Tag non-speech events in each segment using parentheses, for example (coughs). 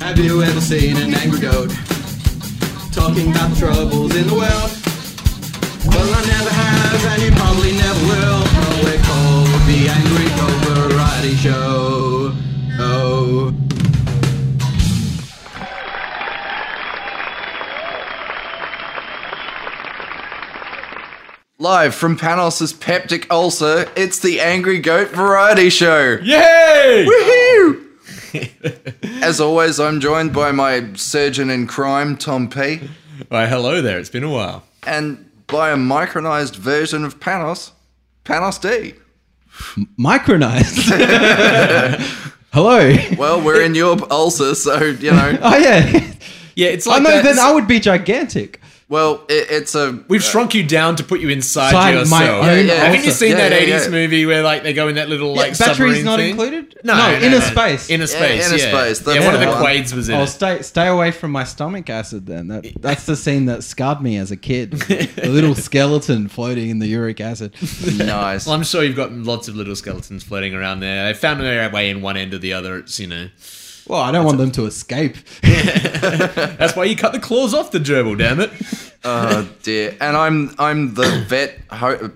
Have you ever seen an angry goat talking about the troubles in the world? Well, I never have, and you probably never will. But we're called the Angry Goat Variety Show. Oh. Live from Panos's peptic ulcer, it's the Angry Goat Variety Show. Yay! Woohoo! As always, I'm joined by my surgeon in crime, Tom P, Why, hello there. It's been a while. and by a micronized version of Panos, Panos D. (laughs) Micronized. Hello. Well, we're in your ulcer, so you know. (laughs) Oh yeah. Yeah, it's I like know. that. Then I would be gigantic. Well, it, it's a We've shrunk you down to put you inside Inside yourself. my own Yeah, yeah. Haven't you ulcer. seen Yeah, that yeah, 80s yeah. movie where like they go in that little like batteries submarine not thing? included? No, No, no, inner no. space. Inner Yeah, space. inner yeah. space, that's Yeah, one of the the one. Quades was in Oh, it. stay stay away from my stomach acid. Then that that's the scene that scarred me as a kid. (laughs) the little skeleton floating in the uric acid. nice. Well, I'm sure you've got lots of little skeletons floating around there. They found their way in one end or the other. It's you know Well, I don't want them to escape. that's why you cut the claws off the gerbil. Damn it! (laughs) Oh dear. And I'm I'm the vet ho-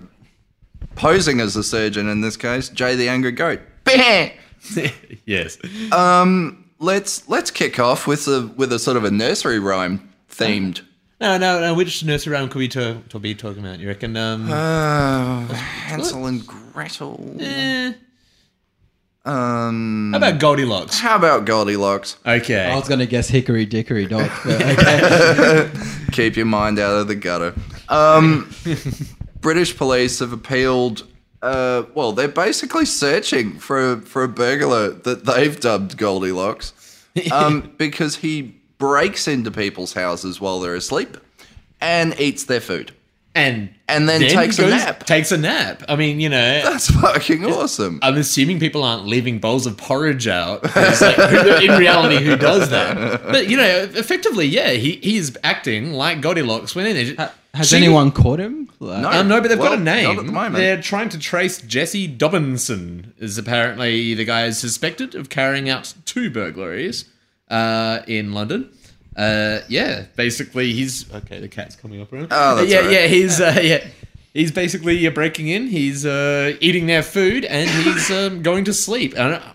posing as a surgeon in this case, Jay the Angry Goat. Bam! yes. Let's let's kick off with a with a sort of a nursery rhyme themed. No, no, no. Which nursery rhyme could we to, to be talking about? You reckon? Um, Oh, Hansel and Gretel. eh. Um, How about Goldilocks? how about Goldilocks? Okay. I was going to guess hickory dickory dock. (laughs) but okay. Keep your mind out of the gutter. (laughs) Um, British police have appealed. Uh, well, they're basically searching for a, for a burglar that they've dubbed (laughs) Goldilocks, um, because he breaks into people's houses while they're asleep and eats their food. and And then takes a nap. Takes a nap. I mean, (laughs) you know, That's fucking awesome. I'm assuming people aren't leaving bowls of porridge out. It's like, who- in reality, who does that? But you know, effectively, yeah, he he is acting like Goldilocks when in it. Has She- anyone caught him? Like, No. Um, no, but they've Well, got a name. not at the moment. They're trying to trace Jesse Dobinson. Is apparently the guy suspected of carrying out two burglaries uh, in London. Uh, yeah, basically he's okay. The cat's coming up around. Oh, that's yeah, all right. yeah. He's uh, yeah. He's basically uh, breaking in. He's uh, eating their food and he's um, going to sleep. And I-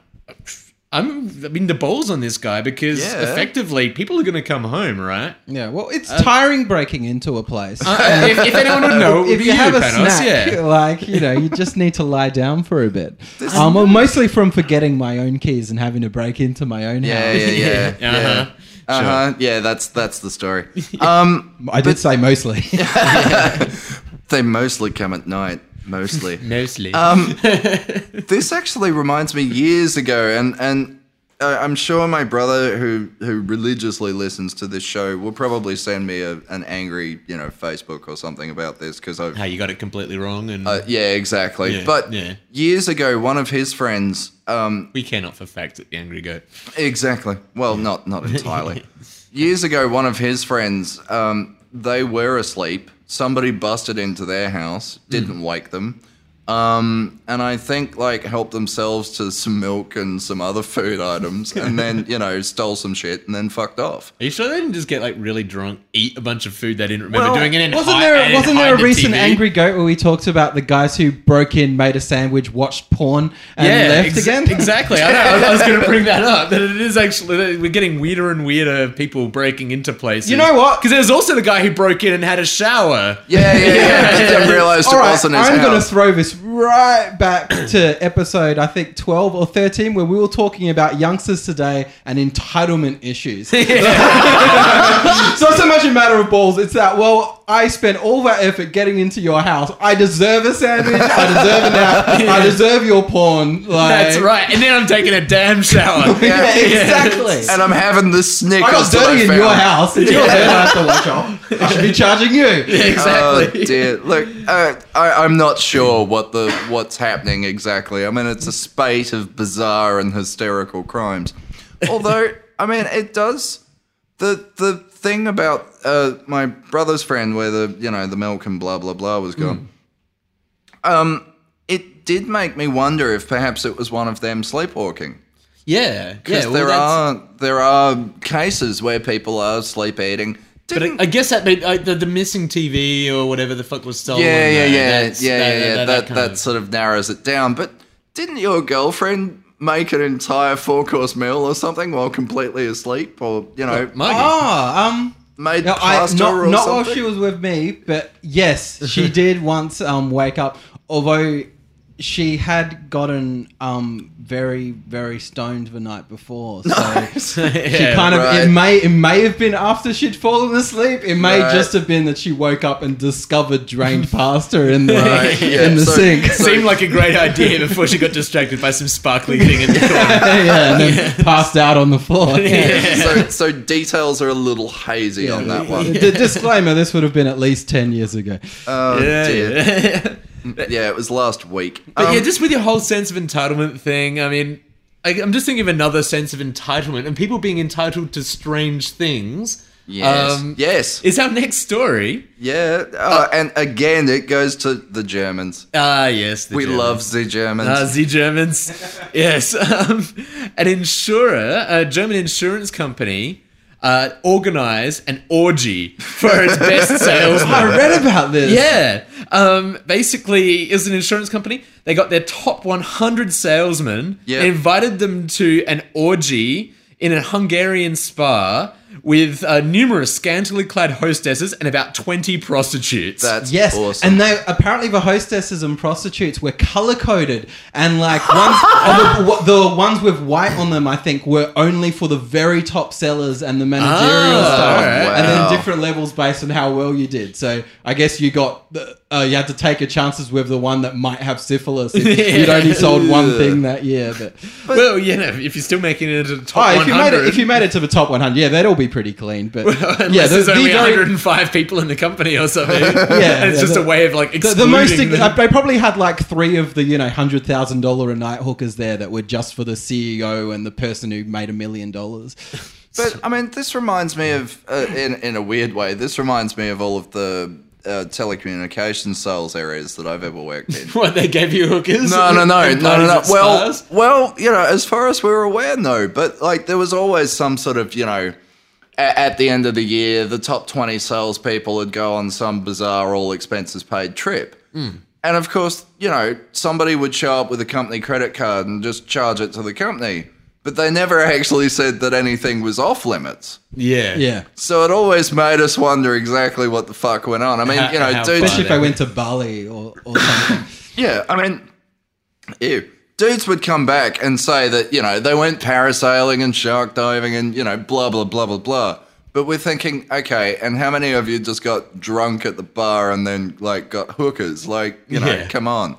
I'm I mean the balls on this guy because Yeah. effectively people are going to come home, (laughs) right? Yeah. Well, it's tiring breaking into a (laughs) place. Uh, if, if anyone would know, it would if be you have a Panos, snack, yeah. (laughs) like you know, you just need to lie down for a bit. Um, well, mostly from forgetting my own keys and having to break into my (laughs) own Yeah, house. yeah, yeah, Oh, Yeah, uh-huh. yeah. Uh huh. Yeah, that's that's the (laughs) story. Um, (laughs) I did say mostly. they mostly come at night. (laughs) Mostly. Mostly. Uh, this actually reminds me years ago, and and uh, I'm sure my brother who who religiously listens to this show will probably send me a, an angry you know Facebook or something about this because I how you got it completely wrong and uh, yeah exactly. Yeah, but yeah. years ago, one of his friends um, we cannot for fact that the angry goat Exactly. Well, not not entirely. Years ago, one of his friends, um, they were asleep. Somebody busted into their house, didn't wake them, um, and I think like helped themselves to some milk and some other food items, and then you know stole some shit and then fucked off. are you sure they didn't just get like really drunk eat a bunch of food they didn't remember Well, doing it and wasn't hi- there and wasn't hide there a the recent TV? Angry Goat where we talked about the guys who broke in, made a sandwich, watched porn, and yeah, left ex- again? Exactly. I, know, I was (laughs) going to bring that up. That it is actually that we're getting weirder and weirder of people breaking into places. You (laughs) know what? Because there's also the guy who broke in and had a shower. Yeah, yeah, yeah. I didn't realize it All right, wasn't his I'm going to house. throw this right back (clears throat) to episode, I think, 12 or 13, where we were talking about youngsters today and entitlement issues. (laughs) so it's so much a matter of balls. It's that, well, I spent all that effort getting into your house. I deserve a sandwich. I deserve a nap. I deserve your porn. Like, That's right. And then I'm taking a damn shower. Yeah. (laughs) (laughs) Yeah, exactly. and I'm having the Snickers. I got that dirty in found. your house. It's your turn I have to watch off. I should be charging you. Exactly. Oh dear! Look, uh, I, I'm not sure what the what's happening exactly. I mean, it's a spate of bizarre and hysterical crimes. Although, I mean, it does the the thing about uh, my brother's friend, where the you know the milk and blah blah blah was gone. Um, Hmm. it did make me wonder if perhaps it was one of them sleepwalking. Yeah, yeah. Because well, there that's- are there are cases where people are sleep eating. But I, I guess that made, I, the, the missing TV or whatever the fuck was stolen. yeah, yeah, though, yeah, that's- yeah, yeah. yeah. That that, kind of- sort of narrows it down. But didn't your girlfriend make an entire four course meal or something while completely asleep, or you know, Margie. Oh, um, made no, I, pasta not, or not something? while she was with me, but yes, (laughs) she did once um, wake up. Although she had gotten um, very, very stoned the night (laughs) before, so she Yeah, kind of right. it may it may have been after she'd fallen asleep. It may Right. just have been that she woke up and (laughs) discovered drained pasta in the Right, yeah, in the so- (laughs) sink. (laughs) Seemed like a great idea before she got distracted by some sparkly thing in the corner. yeah, and then passed out on (laughs) the floor. (laughs) so, so details are a little hazy on that one. The disclaimer: This would have been at least ten years ago. (laughs) Oh dear. Yeah. (laughs) yeah. it was last week. But Um, yeah, just with your whole sense of entitlement thing, I mean, I, I'm just thinking of another sense of entitlement and people being entitled to strange things. yes, um, yes, Is our next story. yeah. Oh, and again, it goes to the Germans. Ah, yes. the we Germans. love the Germans. Nazi Germans. (laughs) yes. Um, an insurer, a German insurance company, uh, organized an orgy for (laughs) its best I salesman. read about this. Yeah. Um, basically, it was an insurance company. They got their top 100 salesmen, Yeah. and invited them to an orgy in a Hungarian spa with uh, numerous scantily clad hostesses and about 20 prostitutes. That's Yes, awesome. and they apparently the hostesses and prostitutes were color coded, and like (laughs) ones oh, the, the ones with white on them, I think, were only for the very top sellers and the managerial Oh, staff, Ah, alright. and Wow. then different levels based on how well you did. So I guess you got the, uh, you had to take your chances with the one that might have syphilis. (laughs) If You'd only sold one thing that year, but well, you know, if you're still making it to the top oh, if 100. you made it, if you made it to the top 100, yeah, they'd all be pretty clean. (laughs) (laughs) But Unless yeah, the, there's the only very- 105 people in the company or something. yeah, it's (laughs) yeah, just the- a way of like The, excluding the most them. they probably had like three of the you know hundred thousand dollar a night hookers there that were just for the CEO and the person who made a million dollars. But I mean, this reminds me of, uh, in in a weird way, this reminds me of all of the uh, telecommunications sales areas that I've ever worked in. What they gave you hookers? No, no, no, And no, no, no. parties at Well, spas? well, you know, as far as we're aware, no. But like, there was always some sort of, you know, a- at the end of the year, the top twenty salespeople would go on some bizarre all expenses paid trip. And of course, you know, somebody would show up with a company credit card and just charge it to the company. But they never (laughs) actually said that anything was off limits. yeah, Yeah, So it always made us wonder exactly what the fuck went on. I mean, (laughs) How- you know, how dudes especially if I went to Bali or, or something. Yeah, I mean, ew. Dudes would come back and say that, you know, they went parasailing and shark diving and, you know, blah, blah, blah, blah, blah. But we're thinking, okay, and how many of you just got drunk at the bar and then, like, got hookers? Like, you know, Yeah. come on.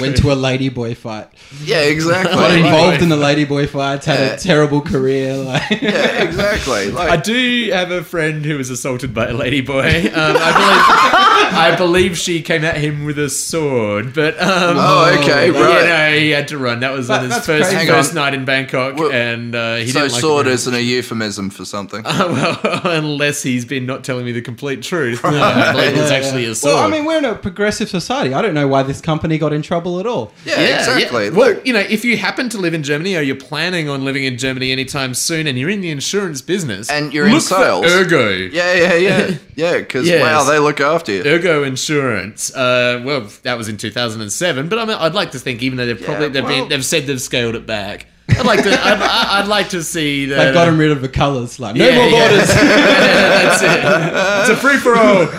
went to a ladyboy fight, Yeah, (laughs) exactly. got Like, involved in the ladyboy fights, had Yeah. a terrible career. (laughs) Like, yeah, exactly. Like, (laughs) I do have a friend who was assaulted by a ladyboy. Um, I believe I believe she came at him with a sword, but um, Oh, okay, you right. know, he had to run. That was on That- his that's first, crazy. first Hang night in Bangkok, Well, and uh, he so didn't like sword it. isn't a euphemism for something. (laughs) well, unless he's been not telling me the complete truth, no, I believe it's actually a sword. well, I mean, we're in a progressive society. I don't know why this company got in trouble at all. yeah, exactly. Well, Look, you know, if you happen to live in Germany or you're planning on living in Germany anytime soon, and you're in the insurance business And you're in look sales. for Ergo, yeah, yeah, (laughs) yeah. Yeah, because, Yes. wow, they look after you. Ergo Insurance. Uh, well, that was in 2007, but I mean, I'd like to think, even though they've probably they've, well- been, they've said they've scaled it back. (laughs) I'd like to. I'd, I- I'd like to see that. They (laughs) got him rid of the colours. Like, no Yeah, more yeah. borders. That's it. It's a free for all. (laughs)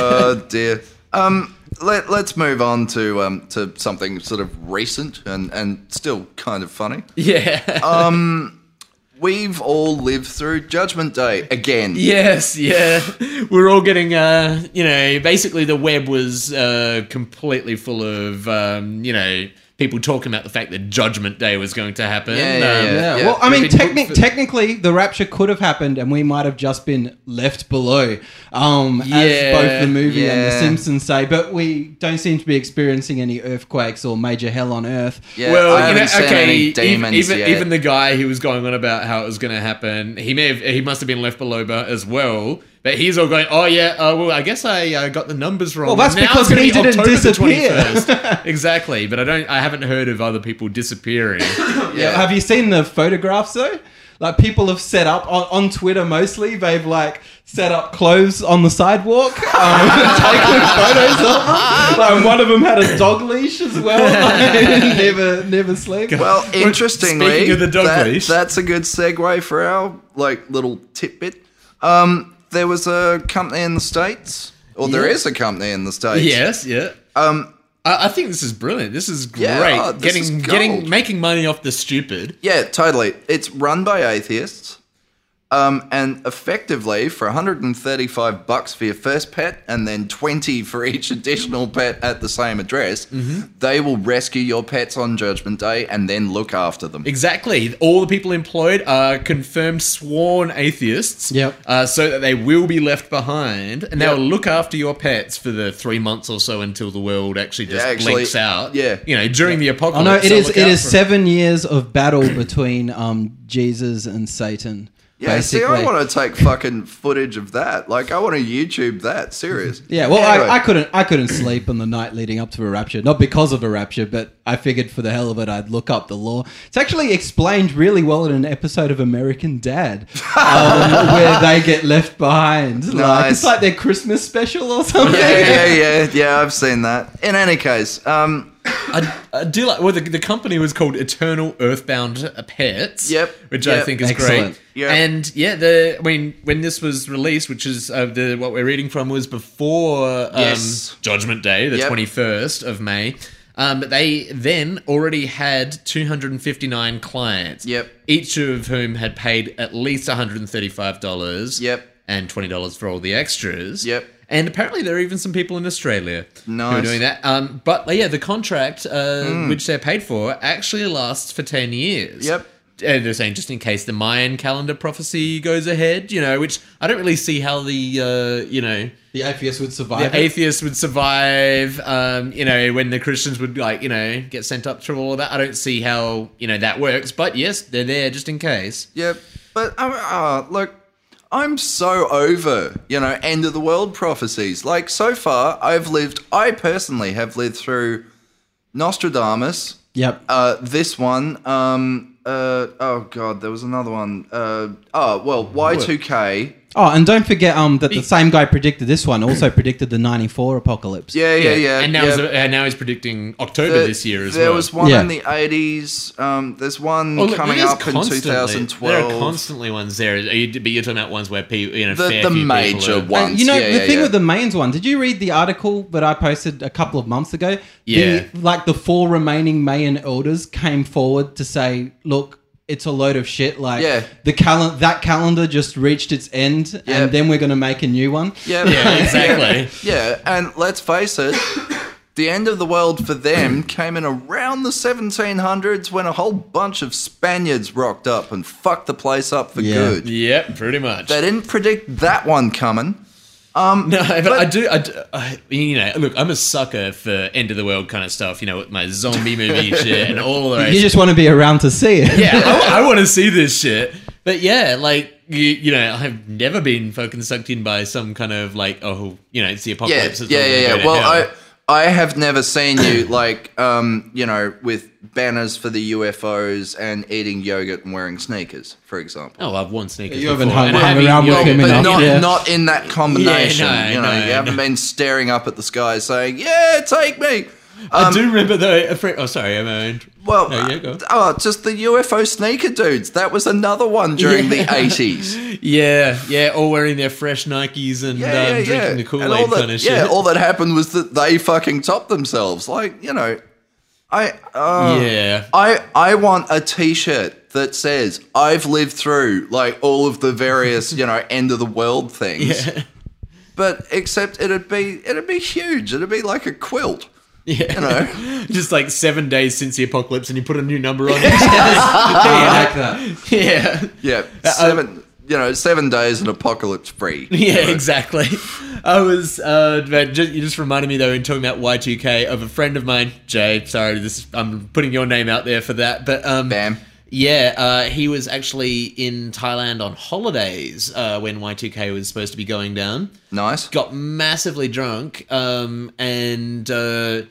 oh dear. Um, let, let's move on to um, to something sort of recent and, and still kind of funny. Yeah. Uh, We've all lived through Judgment Day again. Yes, yeah. We're all getting, uh, you know, basically the web was uh, completely full of, um, you know, people talking about the fact that Judgment Day was going to happen. Yeah, yeah, um, yeah. Yeah. Well, I mean, We've been techni- booked for- technically, the rapture could have happened, and we might have just been left below, um, Yeah, as both the movie and yeah. the Simpsons say. But we don't seem to be experiencing any earthquakes or major hell on Earth. Yeah, I well, you know, haven't seen okay. any ev- demons even yet. even the guy who was going on about how it was going to happen, he may have he must have been left below but as well But he's all going, oh yeah, uh, well I guess I uh, got the numbers wrong. Well, that's Now it's because gonna he be didn't October the disappear. (laughs) 21st." exactly, but I don't, I haven't heard of other people disappearing. Yeah. Have you seen the photographs though? Like people have set up on, on Twitter mostly. They've like set up clothes on the sidewalk, um, (laughs) taken photos of them. Like, one of them had a dog leash as well. (laughs) Like, never, never sleep. Well, interestingly, speaking of the dog that- leash. that's a good segue for our like little tidbit. Um, there was a company in the states, or there is a company in the states. yes, yeah. Um, I, I think this is brilliant. This is great. Yeah, oh, this getting, is gold. getting, making money off the stupid. yeah, totally. It's run by atheists. Um, and effectively, for 135 bucks for your first pet, and then 20 for each additional pet at the same address, Mm-hmm. they will rescue your pets on Judgment Day and then look after them. Exactly. All the people employed are confirmed sworn atheists. Yep. Uh, so that they will be left behind, Yep. and they'll look after your pets for the three months or so until the world actually just Yeah, actually, blinks out. yeah. You know, during the Oh apocalypse. no! It I'll is look it out is for 'em. seven years of battle between um, Jesus and Satan. Yeah, basically. see, I want to take fucking footage of that. Like, I want to YouTube that. Serious. Mm-hmm. Yeah, well, Anyway, I, I couldn't I couldn't sleep on the night leading up to a rapture, not because of a rapture, but I figured for the hell of it I'd look up the law. It's actually explained really well in an episode of American Dad, (laughs) um, where they get left behind. Like, Nice. it's like their Christmas special or something. Yeah, yeah, yeah, yeah. I've seen that. In any case, um, I, I do like. Well, the, the company was called Eternal Earthbound Pets. Yep. Which I Yep. think is Excellent. great. Yep. And yeah, the I mean, when this was released, which is uh, the what we're reading from, was before um, Yes. Judgment Day, the Yep. twenty first of May. Um, but they then already had 259 clients. Yep. Each of whom had paid at least $135. Yep. And $20 for all the extras. Yep. And apparently there are even some people in Australia who are Nice. doing that. Um, but uh, yeah, the contract uh, which they're paid for actually lasts for ten years. Hmm. Yep. And they're saying just in case the Mayan calendar prophecy goes ahead, you know, which I don't really see how the uh, you know The atheist would survive. the it. atheists would survive. Um, you know, when the Christians would like you know get sent up through all of that. I don't see how you know that works. But yes, they're there just in case. yeah, but um, uh, look, I'm so over, you know, end of the world prophecies. Like, so far, I've lived, I personally have lived through Nostradamus, Yep. uh, this one, um, uh, oh God, there was another one. Uh, oh, well, Y2K. Oh, and don't forget um, that the same guy predicted this one. Also predicted the '94 apocalypse. Yeah, yeah, yeah. And now yeah. he's, uh, now he's predicting October There- this year as there well. was one Yeah. in the 80s. Um, there's one Oh, look, coming there's up in constantly- There are 2012. constantly ones there. Are you, but you're talking about ones where people, you know, The- fair the few major people are, one. And you know Yeah, the yeah, thing yeah. with the Mayans one. Did you read the article that I posted a couple of months ago? Yeah. The, like the four remaining Mayan elders came forward to say, "Look, it's a load of shit. Like Yeah. the calendar that calendar just reached its end, Yeah. and then we're gonna make a new one." Yeah, (laughs) Yeah, exactly. yeah, and let's face it, (coughs) the end of the world for them came in around the 1700s when a whole bunch of Spaniards rocked up and fucked the place up for Yeah. good. yep, pretty much. They didn't predict that one coming. no, but, I do. I, do- I- you know, look, I'm a sucker for end of the world kind of stuff. You know, with my zombie (laughs) movie shit and all the rest. You just want to be around to see it. yeah, I, want to see this shit. But yeah, like you, you know, I've never been fucking sucked in by some kind of like, oh, you know, it's the Yeah, apocalypse. it's all yeah, gonna yeah, go yeah. to Well, hell. I. I have never seen you (coughs) like, um, you know, with banners for the UFOs and eating yogurt and wearing sneakers, for example. oh, I've worn sneakers. You haven't before, and hung having around with your- him But enough. not, yeah. not in that combination. Yeah, no, you know, no, you haven't no. been staring up at the sky saying, "Yeah, take me." I do remember though. A friend, oh, sorry, I'm. Uh, Um, Well, No, yeah, go on. oh, just the UFO sneaker dudes. That was another one during (laughs) the eighties. Yeah, yeah, all wearing their fresh Nikes and um, Yeah, yeah, drinking yeah. the Kool And all Aid that, kind of shit. yeah, (laughs) all that happened was that they fucking topped themselves. Like you know, I uh, Yeah. I I want a T-shirt that says I've lived through like all of the various you know end of the world things. Yeah. But except it'd be it'd be huge. It'd be like a quilt. yeah. You (laughs) know. Just like seven days since the apocalypse, and you put a new number on. I (laughs) (laughs) like that. (laughs) yeah, Yeah, Uh, seven. you know, seven days and apocalypse free. (laughs) yeah, exactly. I was, uh, but just, you just reminded me though in talking about Y two K of a friend of mine, Jay. Sorry, this I'm putting your name out there for that, but um, Bam. Yeah, uh, he was actually in Thailand on holidays uh, when Y2K was supposed to be going down. Nice. Got massively drunk, um, and uh,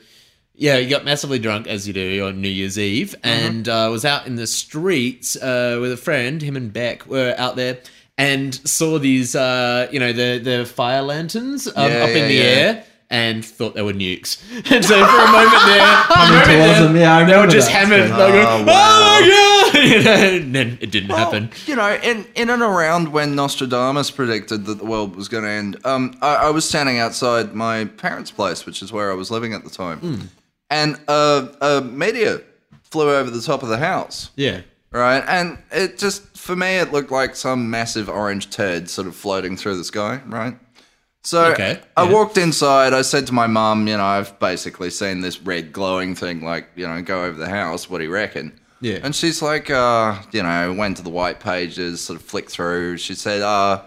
yeah, he got massively drunk as you do on New Year's Eve, and uh, was out in the streets uh, with a friend. Him and Beck were out there. And saw these, uh, you know, the the fire lanterns um, Yeah, up in yeah, the yeah. air, and thought they were nukes. (laughs) And so for a moment there, for a moment towards there, them, yeah, they I were remember just that. hammered. They were Oh, going, oh my god! (laughs) You know, and then it didn't happen. You know, in, in and around when Nostradamus predicted that the world was going to end, um, I, I was standing outside my parents' place, which is where I was living at the time, and uh, a meteor flew over the top of the house. Yeah. Right, and it just for me it looked like some massive orange turd sort of floating through the sky. Right, so Okay, I yeah. walked inside. I said to my mum, you know, I've basically seen this red glowing thing, like you know, go over the house. What do you reckon? Yeah. and she's like, uh, you know, went to the white pages, sort of flicked through. She said, uh,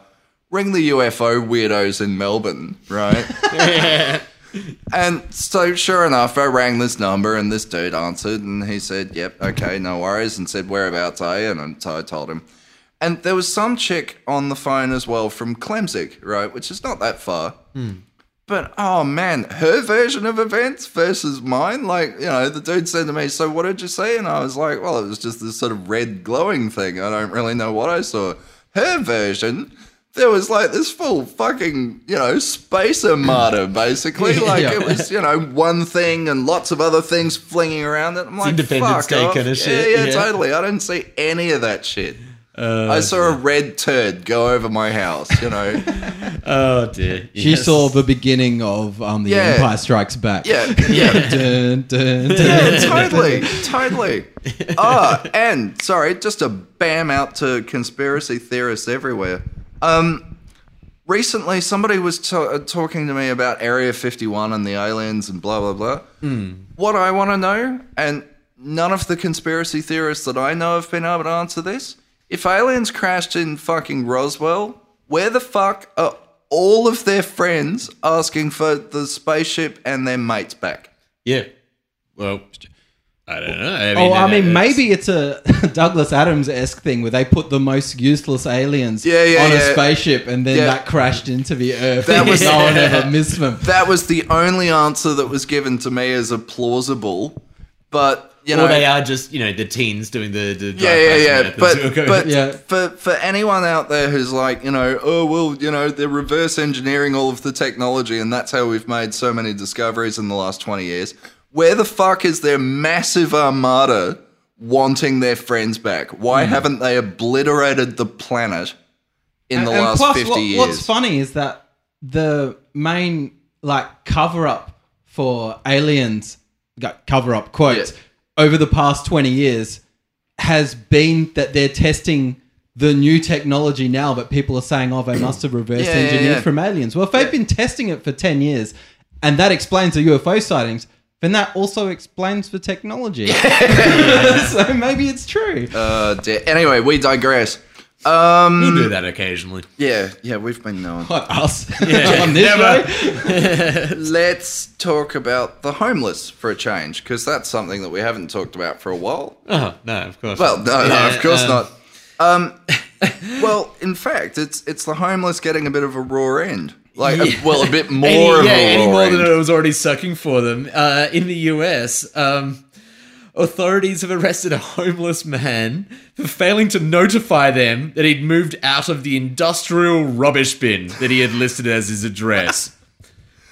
ring the UFO weirdos in Melbourne, (laughs) right? And so, sure enough, I rang this number, and this dude answered, and he said, "Yep, okay, no worries," and said, "Whereabouts are you?" And I'm- so I told him. And there was some chick on the phone as well from Klemzig, right, which is not that far. Hmm. But oh man, her version of events versus mine. Like, you know, the dude said to me, So what did you see? And I was like, Well, it was just this sort of red glowing thing. I don't really know what I saw. Her version, there was like this full fucking, you know, space (laughs) armada, basically. Like Yeah. it was, you know, one thing and lots of other things flinging around it. I'm like, Independence Fuck Day off. kinda yeah, shit, Yeah, yeah. totally. I didn't see any of that shit. I saw a red turd go over my house, you know. Oh dear. She saw the beginning of um, the Yeah. Empire Strikes Back. yeah, yeah. (laughs) Dun, dun, (laughs) dun. (laughs) Yeah, totally, totally. Ah, and sorry, just a bam out to conspiracy theorists everywhere. Um, recently, somebody was t- uh, talking to me about Area 51 and the aliens and blah blah blah. What I want to know, and none of the conspiracy theorists that I know have been able to answer this: if aliens crashed in fucking Roswell, where the fuck are all of their friends asking for the spaceship and their mates back? Yeah. Well, I don't know. I Oh, I mean, it's- maybe it's a (laughs) Douglas Adams esque thing where they put the most useless aliens Yeah, yeah, on a yeah. spaceship and then Yeah. that crashed into the Earth. That That was- was no (laughs) one ever missed them. that was the only answer that was given to me as a plausible. But you know, or they are just you know the teens doing the, the yeah, yeah, drive-bys yeah. and But everything. (laughs) Okay. but Yeah. for for anyone out there who's like, you know, oh well, you know, they're reverse engineering all of the technology, and that's how we've made so many discoveries in the last twenty years. Where the fuck is their massive armada wanting their friends back? Hmm. Why haven't they obliterated the planet in the last fifty what- years? What's funny is that the main like cover up for aliens, like, cover up quotes Yeah. over the past twenty years has been that they're testing the new technology now that people are saying, (clears throat) oh, they must have reverse Yeah, yeah, engineered yeah. from aliens. Well, if they've been testing it for ten years, and that explains the UFO sightings. Then that also explains the (laughs) technology. (laughs) so maybe it's true. Uh, dear. Anyway, we digress. Um, We'll do that occasionally. yeah, yeah, we've been known. What, us? (laughs) On this Never. show? Let's talk about the homeless for a change, because that's something that we haven't talked about for a while. Oh no, of course. Well, no, no, Yeah, of course um, not. Um, (laughs) well, in fact, it's it's the homeless getting a bit of a raw end, like a- Yeah. well, a bit more (laughs) any, of yeah, a any raw more end. than it was already sucking for them. Uh, in the US, um, authorities have arrested a homeless man for failing to notify them that he'd moved out of the industrial rubbish bin that he had listed as his (laughs) address.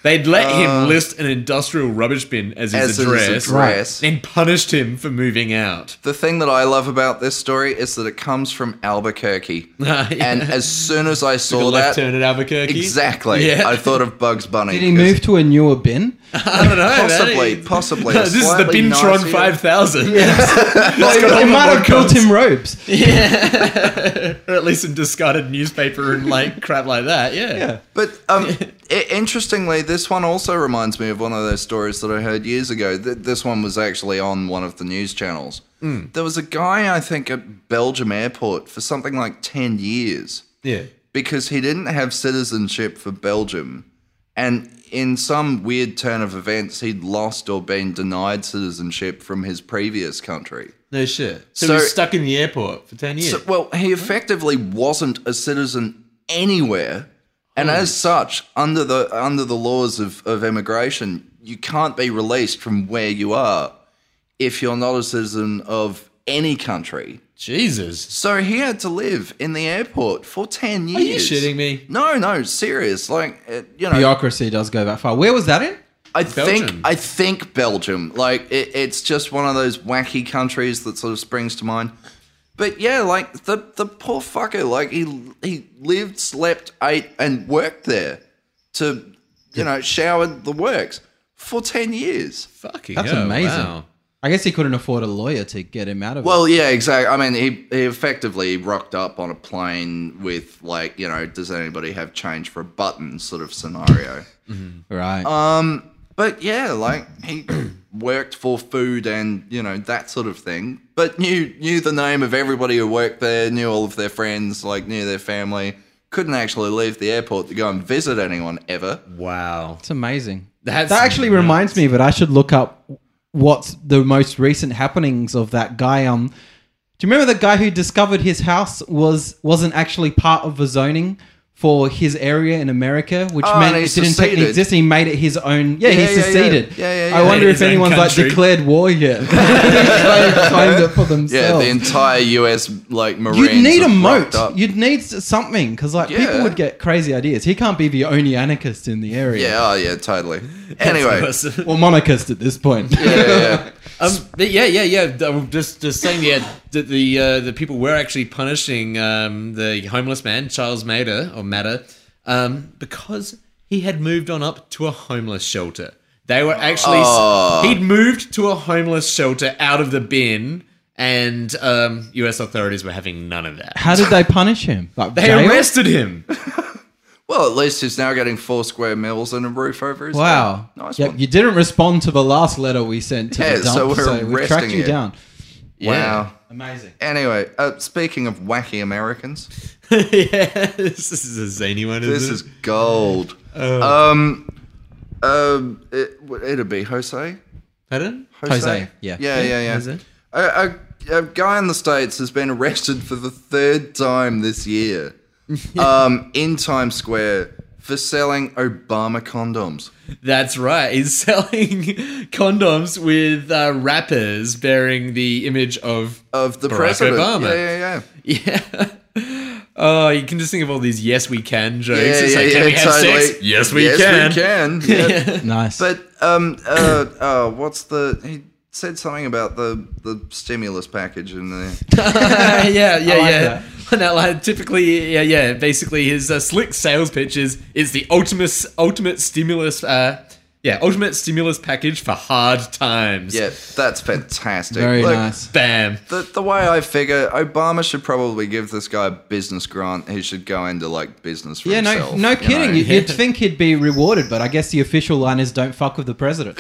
They'd let him list an industrial rubbish bin as his Uh, as it address, is address. then punished him for moving out. (laughs) The thing that I love about this story is that it comes from (laughs) Albuquerque, and as soon as I Took a saw that, left turn at Albuquerque. exactly, Yeah. I thought of Bugs Bunny. Did he 'cause- move to a newer bin? (laughs) I don't know. man. Possibly, possibly. a (laughs) This is the slightly Bintron nicer- 5000. Like, got all it the might have podcasts. built him robes. (laughs) or at least some discarded newspaper and like crap like that. Yeah. Yeah. But um, i- interestingly, this one also reminds me of one of those stories that I heard years ago. Th- this one was actually on one of the news channels. There was a guy, I think, at Belgium airport for something like 10 years Yeah. because he didn't have citizenship for Belgium. And in some weird turn of events, he'd lost or been denied citizenship from his previous country. No shit. So, So- he was stuck in the airport for 10 years. So, well, he effectively wasn't a citizen anywhere, and Hmm. as such, under the under the laws of, of immigration, you can't be released from where you are if you're not a citizen of any country. Jesus. So he had to live in the airport for ten years. Are you shitting me? No, no, serious. Like it, you know, Bureaucracy does go that far. Where was that in? I Belgium. think I think Belgium. Like it, it's just one of those wacky countries that sort of springs to mind. But yeah, like the the poor fucker, like he he lived, slept, ate, and worked there to you know showered the works for ten years. Fucking That's hell, amazing. wow. I guess he couldn't afford a lawyer to get him out of it. Well, yeah, exactly. I mean, he, he effectively rocked up on a plane with like you know, does anybody have change for a button sort of scenario. right? Um, but yeah, like he (clears throat) worked for food and you know that sort of thing. But knew knew the name of everybody who worked there, knew all of their friends, like knew their family. Couldn't actually leave the airport to go and visit anyone ever. Wow. It's amazing. That's that actually nuts. reminds me that I should look up what's the most recent happenings of that guy. Um, do you remember the guy who discovered his house was wasn't actually part of the zoning for his area in America, which Oh, meant and he it didn't seceded. technically exist. He made it his own. Yeah, he Yeah, yeah, yeah. seceded. Yeah, yeah, yeah. I wonder Made if his own anyone's country. like declared war yet. (laughs) They claimed it for themselves. Yeah, the entire U.S. like Marines. You'd need a have rocked moat. up. You'd need s- something because like Yeah. people would get crazy ideas. He can't be the only anarchist in the area. yeah, oh yeah, (laughs) totally. Anyway, (laughs) Awesome. Or monarchist at this point. yeah, yeah, Um, but yeah, yeah, yeah. I'm Just, just saying, yeah, that the uh, the people were actually punishing um, the homeless man, Charles Mader or Matter, um, because he had moved on up to a homeless shelter. They were actually Oh. he'd moved to a homeless shelter out of the bin, and um, U.S. authorities were having none of that. How did they punish him? Like They jail? arrested (laughs) him. (laughs) Well, at least he's now getting four square meals and a roof over his Wow. head. Nice yep, one. you didn't respond to the last letter we sent to Yeah, the dump, so so, we're we arresting tracked you you. (laughs) down. Yeah. Wow. Amazing. Anyway, uh, speaking of wacky Americans. yeah, this is a zany one. Isn't This it? is gold. Um, um, it, it'd be Jose. Pardon? Jose, yeah. yeah, yeah, yeah. Jose. A, a, a guy in the states has been arrested for the third time this (laughs) year, um, in Times Square for selling Obama condoms. That's right. He's (laughs) selling condoms with uh, wrappers bearing the image of (laughs) Of the Barack president, Obama. yeah, yeah, yeah. yeah. Oh, you can just think of all these "yes we can" jokes. yeah, it's yeah, like, yeah, can we have totally. sex? Yes, we yes, can. we can. Yeah. Nice. But um, uh, uh, what's the? He said something about the the stimulus package in there. (laughs) yeah, yeah, I (laughs) like yeah. No, like, typically, yeah, yeah. Basically, his uh, slick sales pitch is it's the ultimate, ultimate stimulus. Uh, yeah, ultimate stimulus package for hard times. Yeah, that's fantastic. Very Look, nice. Bam. The, the way I figure, Obama should probably give this guy a business grant. He should go into like business for Yeah, no, himself. no you kidding. know? You (laughs) You'd think he'd be rewarded, but I guess the official line is "Don't fuck with the (laughs) president." (laughs)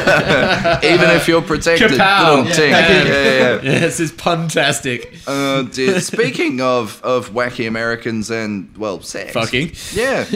Even if you're protected. Kapow. boom, ting. Yeah. Yeah, yeah, (laughs) yeah. Yeah, this is puntastic. (laughs) Uh, dear. Speaking of, of wacky Americans and well, sex. Fucking. (laughs) Yeah.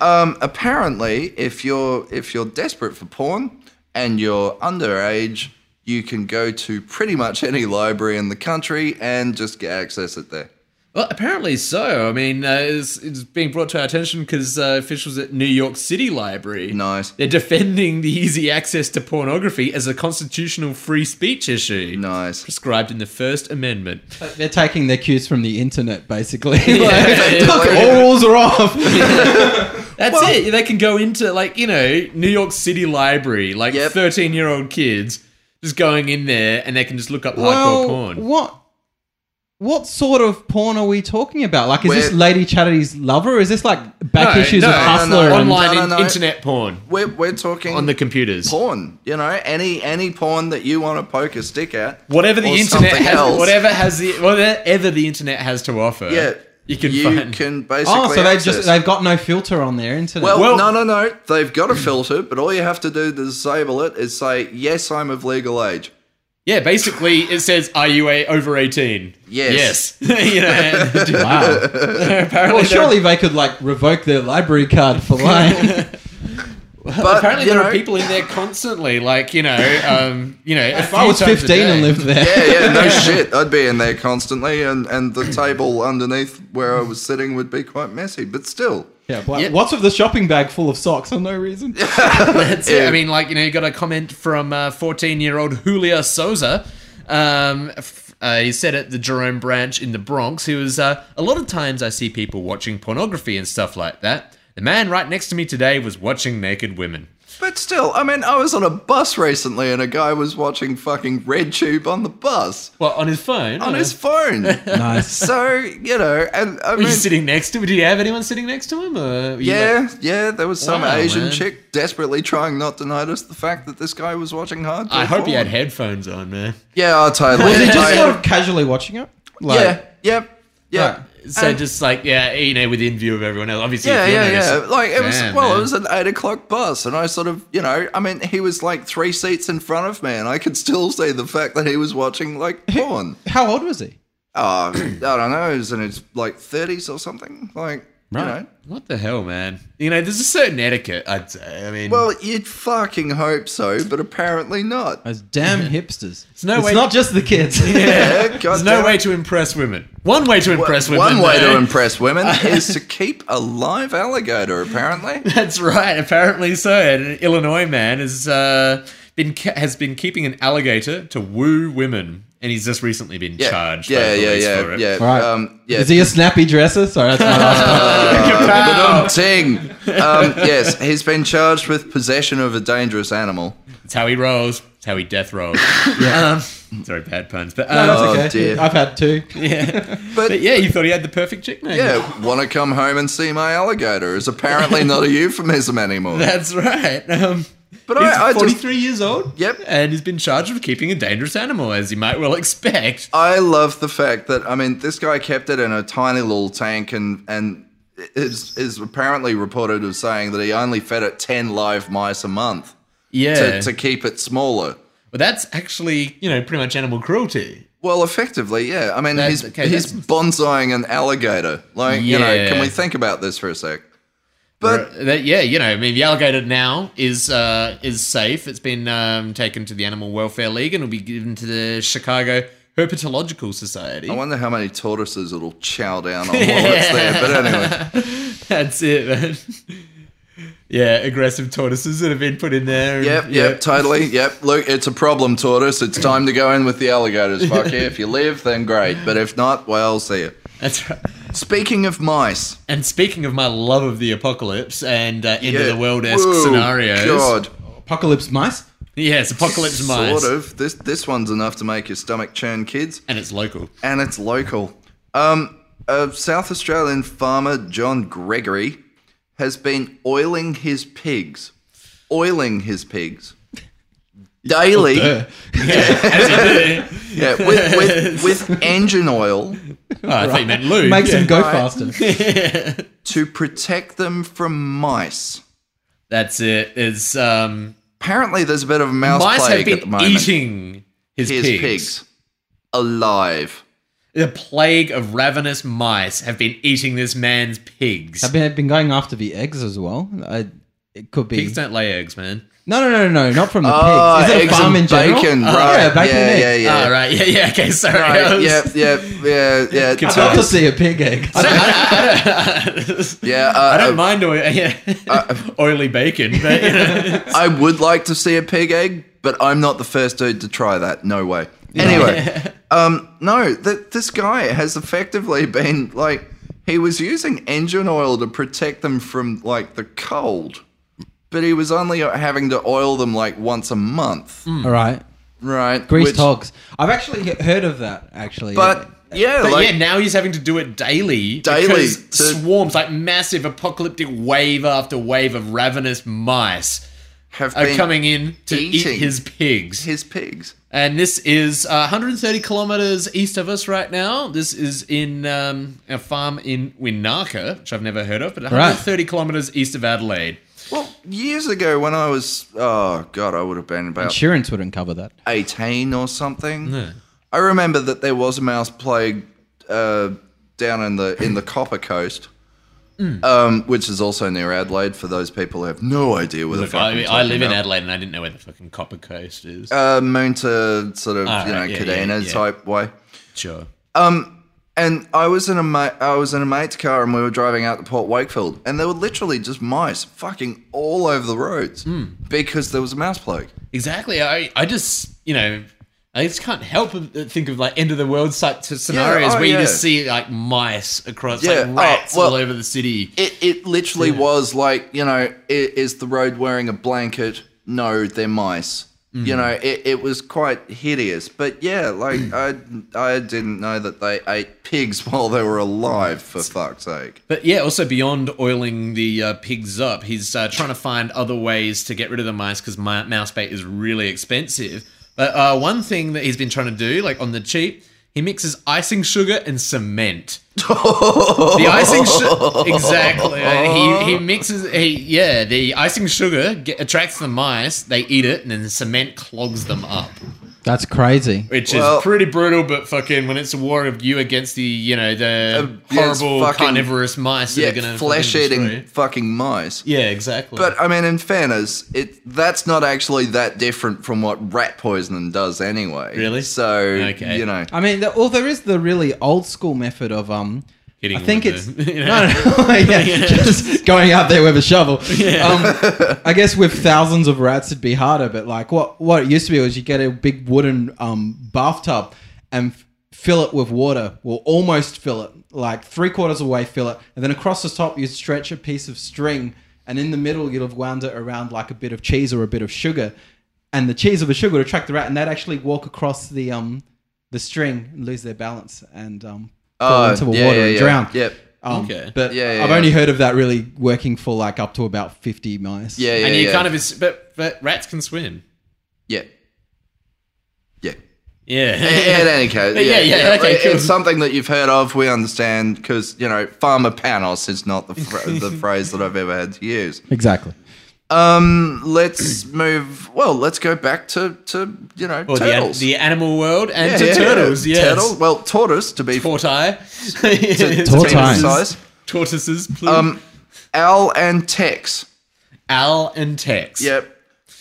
Um, apparently, if you're if you're desperate for porn and you're underage, you can go to pretty much any library in the country and just get access it there. Well, apparently so. I mean, uh, it's, it's being brought to our attention because uh, officials at New York City Library Nice. they're defending the easy access to pornography as a constitutional free speech issue Nice. prescribed in the First Amendment. They're taking their cues from the internet, basically. (laughs) Yeah. like, look, all rules (laughs) are off. That's it. They can go into like you know New York City Library, like Yep. thirteen-year-old kids just going in there and they can just look up hardcore well, porn. what? What sort of porn are we talking about? Like, is this We're- Lady Charity's lover? Or is this like back No, issues no, of no, no, Hustler? no. and- Online No, no, in- no. internet porn We're, we're talking on the computers. porn. You know, any any porn that you want to poke a stick at, whatever the or internet something has, else. whatever has the whatever the internet has to offer. yeah, you can you find. can basically. Oh, so they've access. just they've got no filter on their internet. Well, Well- no, no, no. They've got a filter, but all you have to do to disable it is say, "Yes, I'm of legal age." yeah, basically it says, "Are you a over 18? Yes. Yes. (laughs) you (laughs) know, and wow. apparently, Well, (laughs) they're- (laughs) surely they could like revoke their library card for lying. But (laughs) Apparently, you there know, are people in there constantly. Like you know, um, you know, if I was 15 and lived there. Yeah, yeah, (laughs) no shit. I'd be in there constantly, and, and the table underneath where I was sitting would be quite messy. But still, (laughs) Yeah, but Yeah. what's with the shopping bag full of socks for no reason? That's it. Yeah. I mean, like you know, you got a comment from uh, 14-year-old Julia Souza. Um, f- uh, he said at the Jerome branch in the Bronx, he was uh, a lot of times I see people watching pornography and stuff like that. The man right next to me today was watching naked women. But still, I mean, I was on a bus recently and a guy was watching fucking RedTube on the bus Well, on his phone. on uh, his phone. (laughs) (laughs) (laughs) nice. so, you know, and I Were you mean, sitting next to him? Did you have anyone sitting next to him? Or were you yeah, like- yeah, there was some Wow, Asian man. chick desperately trying not to notice the fact that this guy was watching hardcore. I hope he porn. had headphones on, man. Yeah, I totally. Was he I- (laughs) just sort of casually watching it? Like, yeah, yep, yeah. Right. So And- just like yeah, you know, within view of everyone else. Obviously, Yeah, if you're yeah, yeah. noticed- Like it was Damn, well, man. it was an eight o'clock bus, and I sort of, you know, I mean, he was like three seats in front of me, and I could still see the fact that he was watching like porn. How old was he? Oh, (clears throat) I don't know. It was in its like 30s or something. Like, you know. What the hell, man? You know, there's a certain etiquette. I'd say. I mean, Well, you'd fucking hope so, but apparently not. Those damn hipsters. It's, no way- not just the kids. (laughs) (laughs) Yeah, there's God no damn way it. to impress women. One way to impress women. One way though. to impress women is to keep a live alligator, (laughs) apparently. (laughs) That's right. Apparently so. An Illinois man has uh, been ca- has been keeping an alligator to woo women, and he's just recently been Yeah. charged. by yeah, yeah, police yeah, for it. yeah. Right. Um, yeah. Oh, Is he a snappy dresser? Sorry, (laughs) that's my last one. Uh, (laughs) ting. Um, yes, he's been charged with possession of a dangerous animal. It's how he rolls. It's how he (laughs) death rolls. Um, sorry, bad puns. But, No, um, that's Oh, okay. dear. I've had two. (laughs) But, but yeah, you thought he had the perfect chick name. yeah, want to come home and see my alligator is apparently not a euphemism (laughs) anymore. That's right. Um, But he's I- I just- 43 years old. Yep. And he's been charged with keeping a dangerous animal, as you might well expect. I love the fact that I mean this guy kept it in a tiny little tank and and is is apparently reported as saying that he only fed it ten live mice a month Yeah. to, to keep it smaller. but that's actually, you know, pretty much animal cruelty. Well, effectively, yeah. I mean, That- he's okay, he's that's- bonsaiing an alligator. Like, you know, can Yeah. we think about this for a sec? But Uh, that, yeah, you know, I mean, the alligator now is uh, is safe. It's been um, taken to the Animal Welfare League and will be given to the Chicago Herpetological Society. I wonder how many tortoises it'll chow down on while it's there. But anyway, (laughs) That's it, man. yeah, aggressive tortoises that have been put in there. yep, and- yep, totally, yep. Look, it's a problem, tortoise. It's time to go in with the alligators. Fuck yeah, if you live, then great. But if not, well, see you. That's right. Speaking of mice, And speaking of my love of the apocalypse and uh, end of yeah. the world esque Whoa, scenarios, God, Apocalypse mice? yes, apocalypse mice, sort of. This this one's enough to make your stomach churn, kids, and it's (laughs) local. and it's local. Um, a South Australian farmer John Gregory has been oiling his pigs, oiling his (laughs) pigs daily. Duh. (laughs) Yeah, (laughs) with, with, with engine oil Oh, I think you meant Lou. Makes them Yeah. go Right. faster. (laughs) to protect them from mice. That's it. It's um, Apparently, there's a bit of a mouse mice have plague at the been moment. eating his, Here's pigs. pigs alive. The plague of ravenous mice have been eating this man's pigs. I've been, I've been going after the eggs as well. I, it could be. Pigs don't lay eggs, man. No, no, no, no, not from the Oh, pigs. Is it eggs a farm and in general? bacon, Oh, right. Yeah, bacon Yeah, and eggs. Yeah. Yeah. Oh, right. Yeah, yeah. Okay, sorry. I Right, was- yeah, yeah, yeah, yeah. Ah, Good I'd love to totally. see a pig egg. Yeah, (laughs) I don't uh, mind oil, yeah, (laughs) oily bacon, but you know. I would like to see a pig egg, but I'm not the first dude to try that. No way. Anyway, um, no, th- this guy has effectively been like he was using engine oil to protect them from like the cold, but he was only having to oil them like once a month, All right. right? Greased Which- hogs. I've actually he- heard of that, actually. But yeah, But like yeah, now he's having to do it daily. Daily because to- swarms, like massive apocalyptic wave after wave of ravenous mice have are been coming in to eating. eat his pigs. his pigs. And this is uh, 130 kilometers east of us right now. This is in um, a farm in Winaka, which I've never heard of, but 130 kilometers east of Adelaide. Well, years ago when I was oh god, I would have been about insurance wouldn't cover that. 18 or something. I remember that there was a mouse plague uh, down in the in the Copper Coast, Mm. um, which is also near Adelaide for those people who have no idea where the Look, fuck I, I'm I live talking in about. Adelaide and I didn't know where the fucking Copper Coast is. Uh, moon to sort of Ah, you know right, yeah, Cadena yeah, yeah. type way. sure. And I was in a mate, I was in a mate's car, and we were driving out to Port Wakefield, and there were literally just mice fucking all over the roads Hmm. because there was a mouse plague. Exactly. I, I just, you know, I just can't help but think of like end of the world type to scenarios oh, where you yeah. just see like mice across, Yeah, oh, like rats well- all over the city. It it literally was like you know, i- is the road wearing a blanket? No, they're mice. Mm. You know, it, it was quite hideous. But yeah, (clears throat) like I I didn't know that they ate pigs (laughs) while they were alive. For fuck's sake. But yeah, also beyond oiling the uh, pigs up, he's uh, trying to find other ways to get rid of the mice because mi- mouse bait is really expensive. But uh, one thing that he's been trying to do, like on the cheap, he mixes icing sugar and cement. the icing sugar, exactly. Uh, he, he mixes. He yeah, the icing sugar ge- attracts the mice. They eat it, and then the cement clogs them up That's crazy. which Well- is pretty brutal. But fucking, when it's a war of you against the, you know, the Against horrible fucking- carnivorous mice that are going Yeah, to flesh eating fucking mice. Yeah, exactly. But I mean, in fairness, it that's not actually that different from what rat poisoning does anyway. Really? So Okay. you know, I mean, the, well, there is the really old school method of um. Hitting I think with it's the- (laughs) you no, know. no, (laughs) no, yeah, just going out there with a shovel. Um, I guess with thousands of rats, it'd be harder. But like, what what it used to be was you get a big wooden um, bathtub and f- fill it with water, well, almost fill it, like three quarters away, fill it, and then across the top you stretch a piece of string, and in the middle you'll have wound it around like a bit of cheese or a bit of sugar, and the cheese or the sugar would attract the rat, and they'd actually walk across the um the string and lose their balance and um fall Oh, into the yeah, water yeah, and yeah. drown. Yep. Um, Okay. But Yeah, yeah, I've yeah. only heard of that really working for like up to about 50 mice. yeah, yeah, and you yeah. kind of, is, but but rats can swim. yeah, yeah. Yeah, (laughs) In any case, (laughs) yeah, Yeah, yeah, okay, It- cool. It's something that you've heard of. We understand because you know, farmer panos is not the (laughs) fr- the phrase that I've ever had to use. Exactly. Um, let's move. Well, let's go back to to you know Or the, an- turtles. the animal world and to turtles. Yes, Turtle. Well, tortoise to be (laughs) (laughs) torti, Tortoise. precise. tortoises. Please. Um, Al and Tex. Al and Tex. Yep.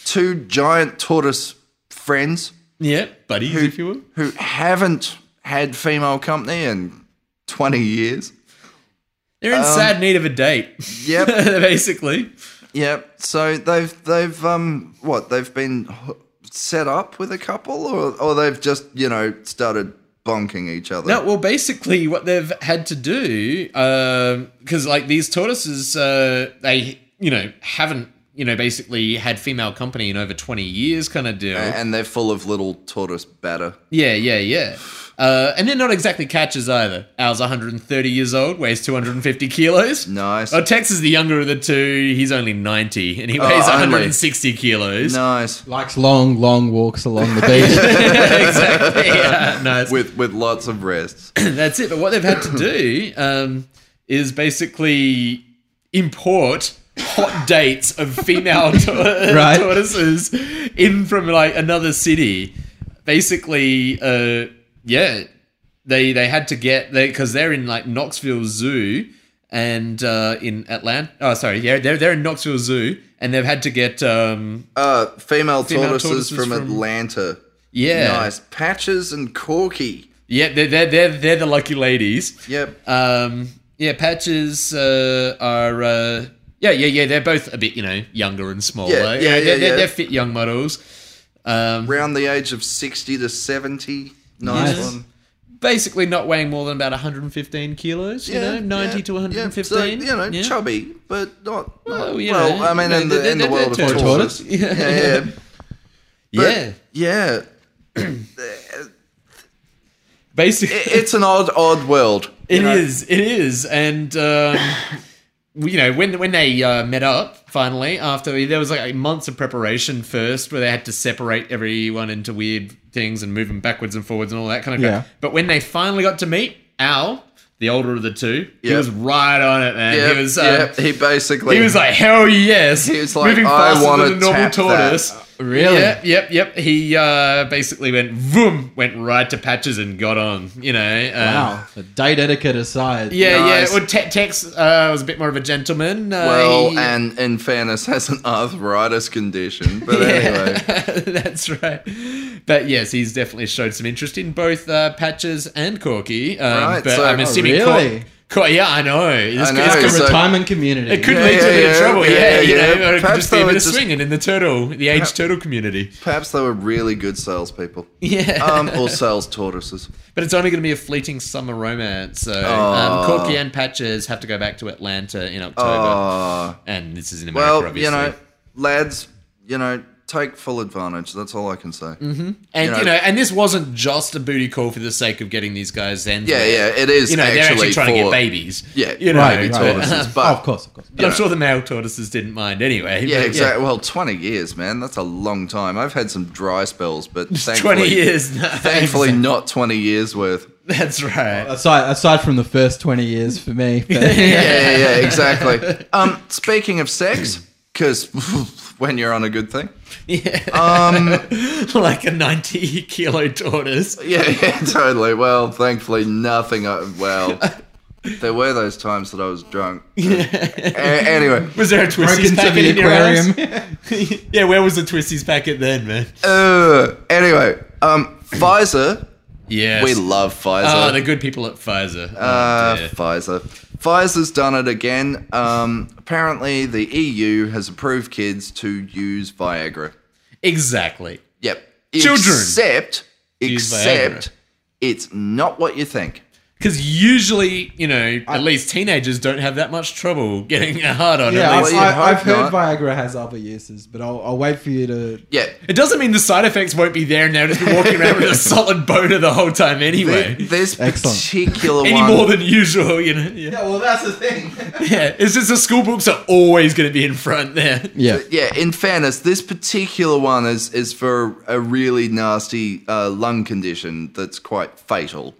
Two giant tortoise friends yep, buddies, if you will. who haven't had female company in 20 years. They're um, in sad need of a date. (laughs) Yep. basically. yep. So they've they've um what? They've been h- set up with a couple or or they've just, you know, started bonking each other. No, (laughs) well, basically, what they've had to do, because like these tortoises, uh, they you know haven't you know basically had female company in over twenty years, kind of deal. A- And they're full of little tortoise batter. yeah, yeah, yeah. Uh, and they're not exactly catches either. Al's 130 years old, weighs 250 kilos. Nice. Oh, Tex is the younger of the two. He's only 90, and he weighs only. 160 kilos. Nice. Likes long, long walks along (laughs) the (laughs) beach. exactly. Yeah, no, it's With with lots of rests. That's it. But what they've had to do um, is basically import hot dates of female tor- Right. tortoises in from like another city. Basically, uh, yeah, they they had to get they because they're in like Knoxville Zoo and uh, in Atlanta. Oh, sorry, yeah, they're they're in Knoxville Zoo and they've had to get um, Uh, female, tortoises, tortoises from, from- Atlanta. yeah, Nice. Patches and Corky. yeah, they're they're they're, they're the lucky ladies. Yep. Um, yeah, patches uh, are. Uh, yeah, yeah, yeah. They're both a bit, you know, younger and smaller. Yeah, yeah, You know, yeah, they're, they're, yeah. they're fit young models. Um, around the age of 60 to 70. Nice Yes. one. basically, not weighing more than about 115 kilos. You know, 90 to yeah, 115. Yeah. So, you know, Yeah. chubby, but not. Well, not- you well, know, I mean, you know, in the, they're- in the they're- world they're of tortoise. tortoises. Yeah, Yeah. yeah. But, (laughs) Yeah. Yeah. Basically, It- It's an odd, odd world. It is. It is. And um, (coughs) you know, when when they uh, met up finally after there was like months of preparation first, where they had to separate everyone into weird things and move them backwards and forwards and all that kind of Yeah. crap. But when they finally got to meet, Al, the older of the two, he Yep. was right on it, man. Yeah, he was. Uh, yeah, he basically. He was like, hell yes. He was like, moving "I faster wanna than a normal tap that." tortoise. Really? Yep, yep, yep. He uh, basically went boom, went right to patches and got on. You know. Uh, Wow. The date etiquette aside. Yeah, Nice. yeah. Well, Te- Tex uh, was a bit more of a gentleman. Uh, Well, he- (laughs) and in fairness, has an arthritis condition. But anyway, (laughs) that's right. But yes, he's definitely showed some interest in both uh, Patches and Corky. Um, Right, but so- I'm Oh, assuming really? Cork- Cor- yeah, I know. This I could- know, this could- The so- retirement community. it could Yeah, lead to yeah, a bit of yeah, trouble. Yeah, yeah, you know, yeah. or it could Perhaps just be they a were bit of just- swinging in the turtle, the aged turtle community. (laughs) perhaps they were really good salespeople. Yeah. Um, (laughs) or sales tortoises. But it's only going to be a fleeting summer romance. So Oh. um, Corky and Patches have to go back to Atlanta in October. Ah, and this is in America, well, obviously. you know, lads, you know, take full advantage. That's all I can say. Mm-hmm. and, you know- you know, and this wasn't just a booty call for the sake of getting these guys then. Yeah, yeah, it is. you know, actually they're actually trying to for- get babies. Yeah, you know, Right, but- right. tortoises, but but Oh, of course, of course. I'm sure the male tortoises didn't mind anyway. Yeah, but exactly. Well, 20 years, man. That's a long time. I've had some dry spells, but thankfully, (laughs) Twenty years. no, thankfully Uh, not 20 years worth. (laughs) that's (laughs) right. Aside, aside from the first 20 years (laughs) for me. but- Yeah, yeah, (laughs) yeah, exactly. Um, speaking of sex, because (laughs) when you're on a good thing, Uh, (laughs) Um, like a ninety kilo tortoise. (laughs) yeah, yeah, totally. Well, thankfully, nothing. I, well, there were those times that I was (laughs) drunk. A- anyway, Was there a Twisties Broken to packet the in your aquarium. house? (laughs) yeah, where was the Twisties packet then, man? uh, anyway, um, Pfizer. Yes. We love Pfizer. Oh, the good people at Pfizer. Oh, Uh, dear. Pfizer. Pfizer's done it again. Um, apparently, the EU has approved kids to use Viagra. exactly. Yep. Children. Except, Use except Viagra. it's not what you think. Because usually, you know, at least teenagers don't have that much trouble getting a hard on. (laughs) Yeah, at I, Well, least. you'd hope I, I've not. heard Viagra has other uses, but I'll, I'll wait for you to. Yeah. It doesn't mean the side effects won't be there and they'll just be walking around with a solid boner the whole time Th- anyway. This Excellent. particular Any one. more than usual, you know. Yeah, well, that's the thing. yeah. it's just the school books are always going to be in front there. (laughs) yeah. yeah, in fairness, this particular one is, is for a really nasty uh, lung condition that's quite fatal.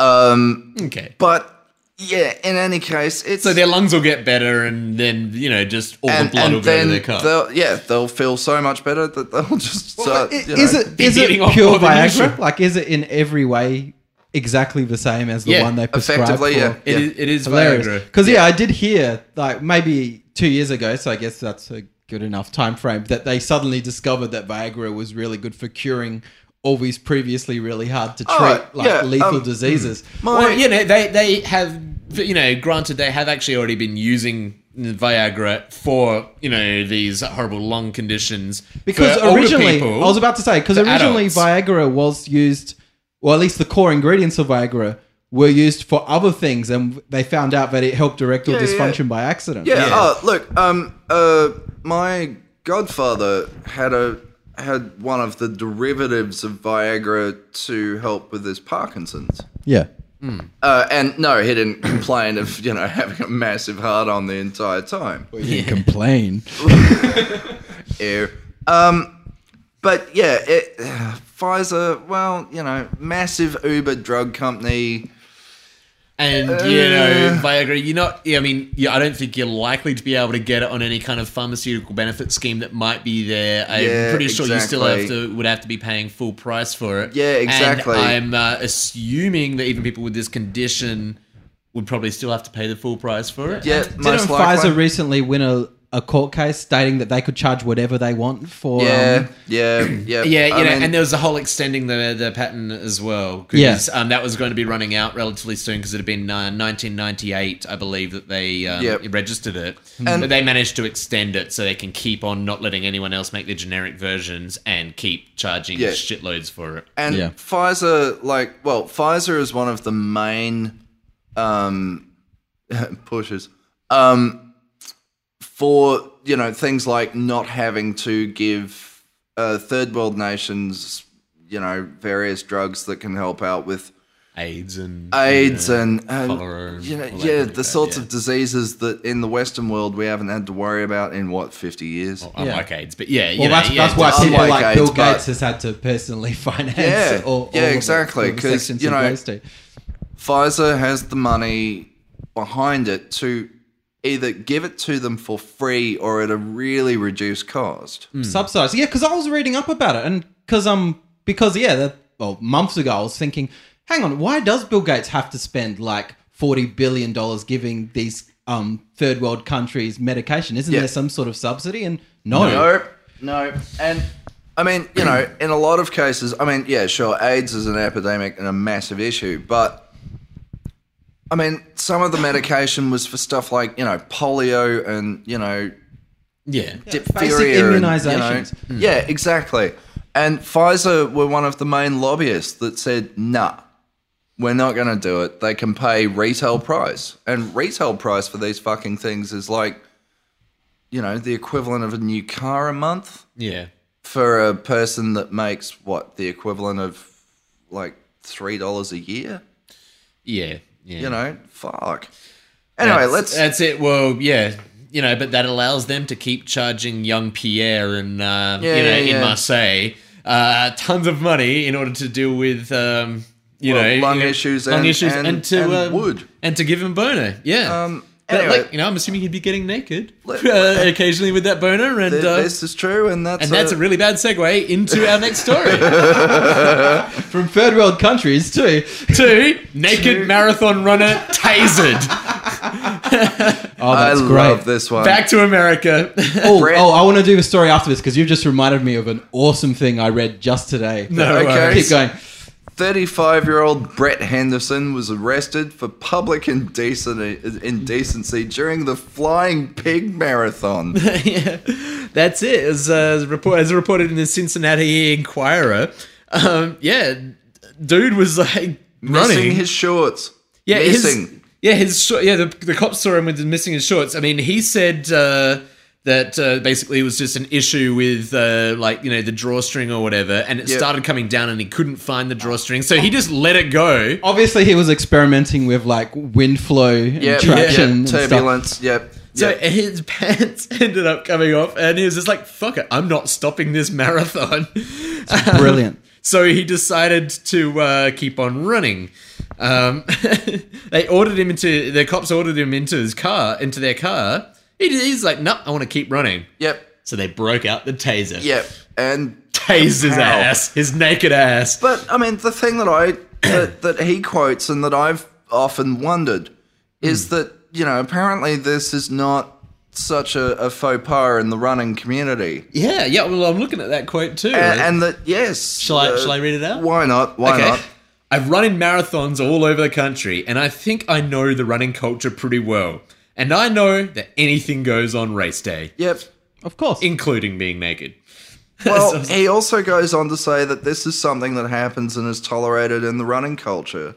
Okay. But yeah, in any case, it's So their lungs will get better, and then you know, just all the blood will go to their cup. they'll yeah they'll feel so much better that they'll (laughs) just start, you know. Is it, be is it beating off pure more than Viagra? usual. Like, is it in every way exactly the same as the Yeah, one they prescribe? effectively for? yeah, yeah. It is- it is hilarious. Viagra. Because yeah. I did hear like maybe two years ago, so I guess that's a good enough time frame that they suddenly discovered that Viagra was really good for curing all these previously really hard to treat Oh, like yeah, lethal um, diseases. My- Well, you know, they they have you know, granted they have actually already been using Viagra for you know these horrible lung conditions Because for older originally, people. I was about to say, because for originally adults. Viagra was used, or at least the core ingredients of Viagra were used for other things, and they found out that it helped erectile Yeah, yeah. dysfunction by accident. yeah, Oh, look um uh my godfather had a had one of the derivatives of Viagra to help with his Parkinson's. Yeah. Uh, and no, he didn't (coughs) complain of you know (laughs) having a massive heart on the entire time. But you didn't complain. Ew. Um, but yeah, it, (sighs) Pfizer. Well, you know, massive Uber drug company. and you know Viagra. You're not. I mean, you, I don't think you're likely to be able to get it on any kind of pharmaceutical benefit scheme that might be there. I'm Yeah, pretty sure you still have exactly. to would have to be paying full price for it. Yeah, exactly. And I'm uh, assuming that even people with this condition would probably still have to pay the full price for it. Yeah, Didn't most likely. Pfizer recently win a, a court case stating that they could charge whatever they want for? Yeah, um, yeah, (clears throat) yeah. Yeah, you I know, mean, and there was the whole extending the the patent as well. 'cause, Yeah. um, that was going to be running out relatively soon because it had been uh, 1998, I believe, that they um, Yep. registered it. And- but they managed to extend it so they can keep on not letting anyone else make their generic versions and keep charging Yeah. shitloads for it. and Yeah. Pfizer, like, well, Pfizer is one of the main um, (laughs) pushes um, for you know things like not having to give uh, third world nations, you know, various drugs that can help out with AIDS and AIDS and, and cholera and you know, all that yeah, kind of the crap, sorts yeah. of diseases that in the Western world we haven't had to worry about in what fifty years. unlike AIDS, but yeah, you Well, know, that's, yeah, that's why just people like like Bill AIDS, but- Gates has had to personally (laughs) finance. Yeah, all, all yeah, of it, exactly, all the 'cause, sections you it know, goes to. Pfizer has the money behind it to either give it to them for free or at a really reduced cost. hmm. subsidized. Yeah, because I was reading up about it, and because um, because yeah, that, well, months ago I was thinking, hang on, why does Bill Gates have to spend like forty billion dollars giving these um third world countries medication? Isn't Yeah. there some sort of subsidy? And no, No, no. And I mean, you know, in a lot of cases, I mean, yeah, sure, AIDS is an epidemic and a massive issue, but I mean, some of the medication was for stuff like, you know, polio and, you know, Yeah. diphtheria. And, immunisations. you know, Mm. Yeah, exactly. And Pfizer were one of the main lobbyists that said, nah, we're not going to do it. They can pay retail price. And retail price for these fucking things is like, you know, the equivalent of a new car a month Yeah. for a person that makes what the equivalent of like three dollars a year. Yeah. Yeah. You know, fuck. Anyway, That's- let's. That's it. Well, yeah. You know, but that allows them to keep charging young Pierre and uh, Yeah, you know yeah, yeah. in Marseille uh, tons of money in order to deal with um, you Well, know lung you know, issues lung and- issues, and, and- to and um, wood. and to give him boner. Yeah. Um, But, anyway. like, you know, I'm assuming he'd be getting (laughs) naked Let- uh, occasionally with that boner, and th- uh, this is true, and that's and that's a really bad segue into our next story (laughs) from third world countries too. to naked marathon runner (laughs) tasered Oh, I that's great. love this one. back to America. (laughs) Oh, Brett- oh, I want to do a story after this because you've just reminded me of an awesome thing I read just today. No Okay. worries. Keep going. 35 year old Brett Henderson was arrested for public indecen- indecency during the Flying Pig (laughs) Marathon. yeah, that's it. As, uh, as report, as reported in the Cincinnati Inquirer, um, yeah, dude was like running. Missing his shorts. yeah, Missing. his yeah his shor- yeah the, the cops saw him with missing his shorts. I mean, he said uh, that uh, basically it was just an issue with uh, like you know the drawstring or whatever, and it Yeah. started coming down, and he couldn't find the drawstring, so he just let it go. Obviously, he was experimenting with like wind flow and Yep, traction, yep, and stuff. turbulence. Yep. So yep. his (laughs) pants ended up coming off, and he was just like, "Fuck it, I'm not stopping this marathon." Brilliant. So he decided to uh, keep on running. Um, (laughs) they ordered him into the cops ordered him into his car into their car. He, he's like, no, I want to keep running. Yep. So they broke out the taser. Yep. And tased his Ow. ass, his naked ass. But I mean, the thing that I (coughs) that, that he quotes and that I've often wondered is Hmm. that you know apparently this is not such a, a faux pas in the running community, Yeah, yeah. Well, I'm looking at that quote too. and, and that yes, uh, Shall I- shall I read it out? Why not? Why Okay. not? I've run in marathons all over the country, and I think I know the running culture pretty well. And I know that anything goes on race day, (laughs) Yep. (laughs) Of course. including being naked. (laughs) Well, he also goes on to say that this is something that happens and is tolerated in the running culture,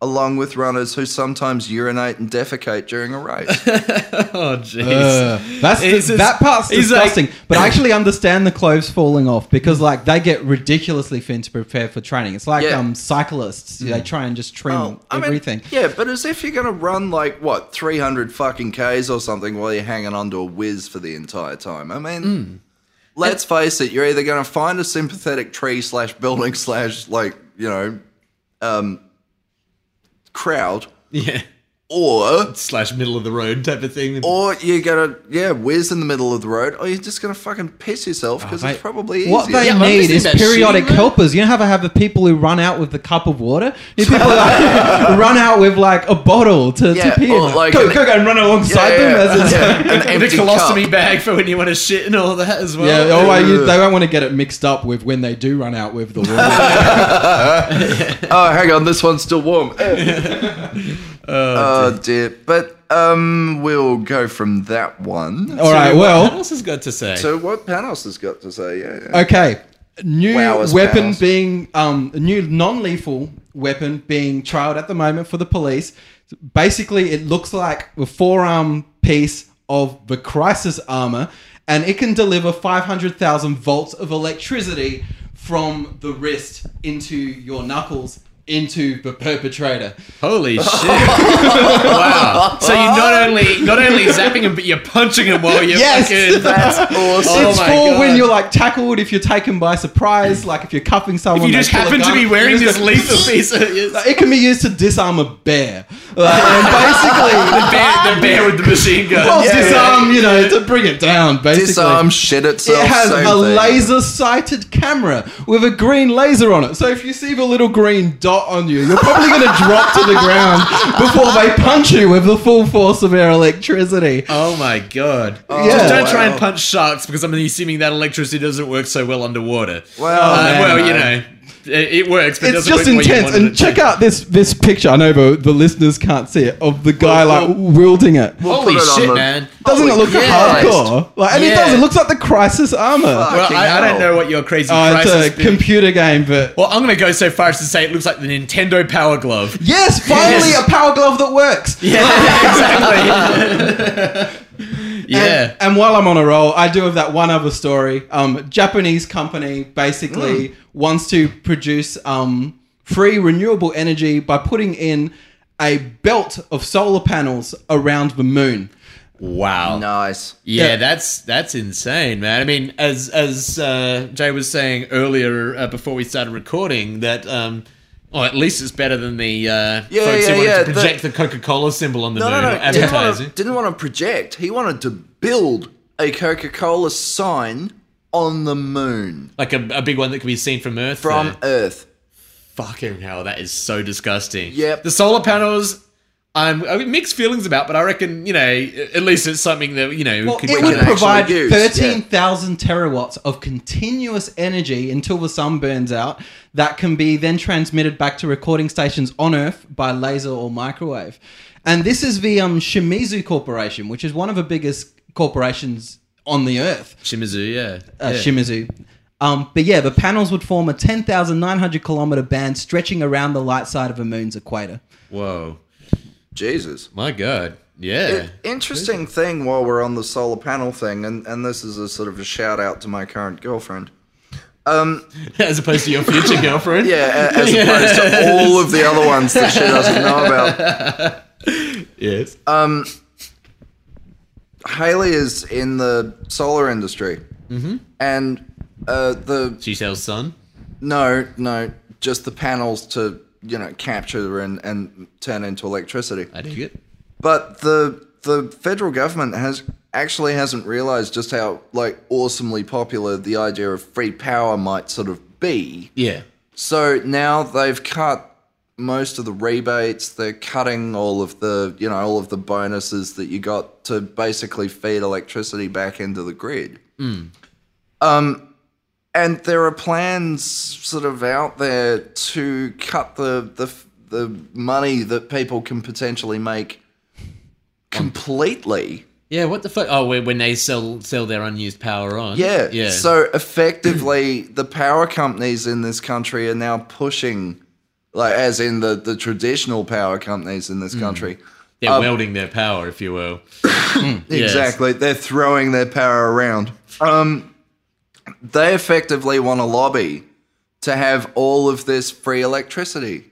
along with runners who sometimes urinate and defecate during a (laughs) race. Oh, jeez. Ugh. that's He's just- that part's he's like- disgusting. but I actually understand the clothes falling off because like they get ridiculously thin to prepare for training. It's like Yeah. um cyclists; they try and just trim Oh, I mean, everything. yeah, but as if you're going to run like what 300 fucking k's or something while you're hanging onto a whiz for the entire time. I mean, let's face it, you're either going to find a sympathetic tree slash building (laughs) slash like you know, um, crowd, (laughs) yeah. or slash middle of the road type of thing. or you're gonna yeah whiz in the middle of the road, or you're just going to fucking piss yourself because it's mate, probably What easier. they Yeah, I'm need just is thinking about periodic shitting, man. helpers. You know how they have the people who run out with the cup of water? You people like, (laughs) run out with like a bottle to, Yeah, to pee. in. or like go, an- go, go and run alongside Yeah, yeah, them. as it's- yeah, (laughs) an and a empty colostomy cup. bag for when you want to shit and all that as well. (laughs) Yeah, oh, well, you, they won't want to get it mixed up with when they do run out with the water. (laughs) Oh, hang on, this one's still (laughs) warm. Oh dear. But um, we'll go from that one. All right, What oh, well, else has got to say? So what Panos has got to say? Yeah. yeah. okay. New Wow, it's weapon balanced. being um, a new non-lethal weapon being trialed at the moment for the police. Basically, it looks like a forearm piece of the crisis armor, and it can deliver 500,000 volts of electricity from the wrist into your knuckles into the perpetrator. (laughs) Holy shit! wow. So you're not only not only zapping him, but you're punching him while you're Yes. fucking. That's awesome. Oh (laughs) it's my for God. when you're like tackled, if you're taken by surprise, like if you're cuffing someone. you they just pull a happen to gun, be you wearing just this go, lethal piece (laughs) of yes. Like, It can be used to disarm a bear. Like, and the basically, bear, the bear with the machine gun. (laughs) well, yeah, disarm, you know, to bring it down, basically. Disarm um, shit itself. It has same a thing. laser sighted camera with a green laser on it. So if you see the little green dot on you, you're probably going to drop to the ground before they punch you with the full force of their electricity. Oh my god! Yeah. Just don't try and Oh, wow. punch sharks because I'm assuming that electricity doesn't work so well underwater. Well, Uh, man, well, you no. know, it, it works, but it's it doesn't just work the way you intense. wanted And it check to. out this this picture. I know the, the listeners can't see it of the guy Well, like wielding it. Oh, We'll Holy put it on shit, the- man! Doesn't it Holy look Christ. hardcore? Like, and it Yeah. does. It looks like the Crisis armor. Fuck. Oh, Well, Fucking I, I hell. don't know what your crazy Uh, crisis it's a bit- computer game, but Well, I'm going to go so far as to say it looks like the Nintendo Power (laughs) Glove. (laughs) yes, finally Yes. a power glove that works. Yeah, exactly. (laughs) yeah. And, and while I'm on a roll, I do have that one other story. Um, Japanese company basically wants to produce um, free renewable energy by putting in a belt of solar panels around the moon. wow. Nice. Yeah, Yeah. that's that's insane, man. I mean, as as uh, Jay was saying earlier uh, before we started recording, that um, well, at least it's better than the uh, Yeah, folks yeah, who wanted yeah, to project the, Coca Cola symbol on the No, no, moon no. or Didn't want, advertising. to, didn't want to project. He wanted to build a Coca Cola sign on the moon like a, a big one that can be seen from Earth. from though. Earth. fucking hell, that is so disgusting. Yep. the solar panels. I'm I mean, mixed feelings about, but I reckon you know at least it's something that you know Well, could it we would can actually provide use, yeah. 13,000 terawatts of continuous energy until the sun burns out that can be then transmitted back to recording stations on Earth by laser or microwave. And this is the um, Shimizu Corporation, which is one of the biggest corporations on the Earth. Shimizu, yeah, uh, yeah. Shimizu. Um, but yeah, the panels would form a 10,900 kilometer band stretching around the light side of the moon's equator. Whoa, Jesus. my god, yeah. I- Interesting thing while we're on the solar panel thing, and, and this is a sort of a shout out to my current girlfriend. (laughs) as opposed to your future (laughs) girlfriend. Yeah, a- as opposed to all of the other ones that she doesn't know about. (laughs) Yes. Uh, Haley is in the solar industry, Mm-hmm. and uh, the she sells sun. no, no, just the panels to you know capture and, and turn into electricity. I dig it. But the the federal government has actually hasn't realized just how like awesomely popular the idea of free power might sort of be. Yeah. So now they've cut most of the rebates. They're cutting all of the, you know, all of the bonuses that you got to basically feed electricity back into the grid. Um, and there are plans sort of out there to cut the the the money that people can potentially make completely. Yeah. What the fuck? Oh, when when they sell sell their unused power on. Yeah. Yeah. So effectively, the power companies in this country are now pushing, like, as in the, the traditional power companies in Mm. this country. they're um, welding their power, if you will. Yes. Exactly. They're throwing their power around. Um, they effectively want to lobby to have all of this free electricity,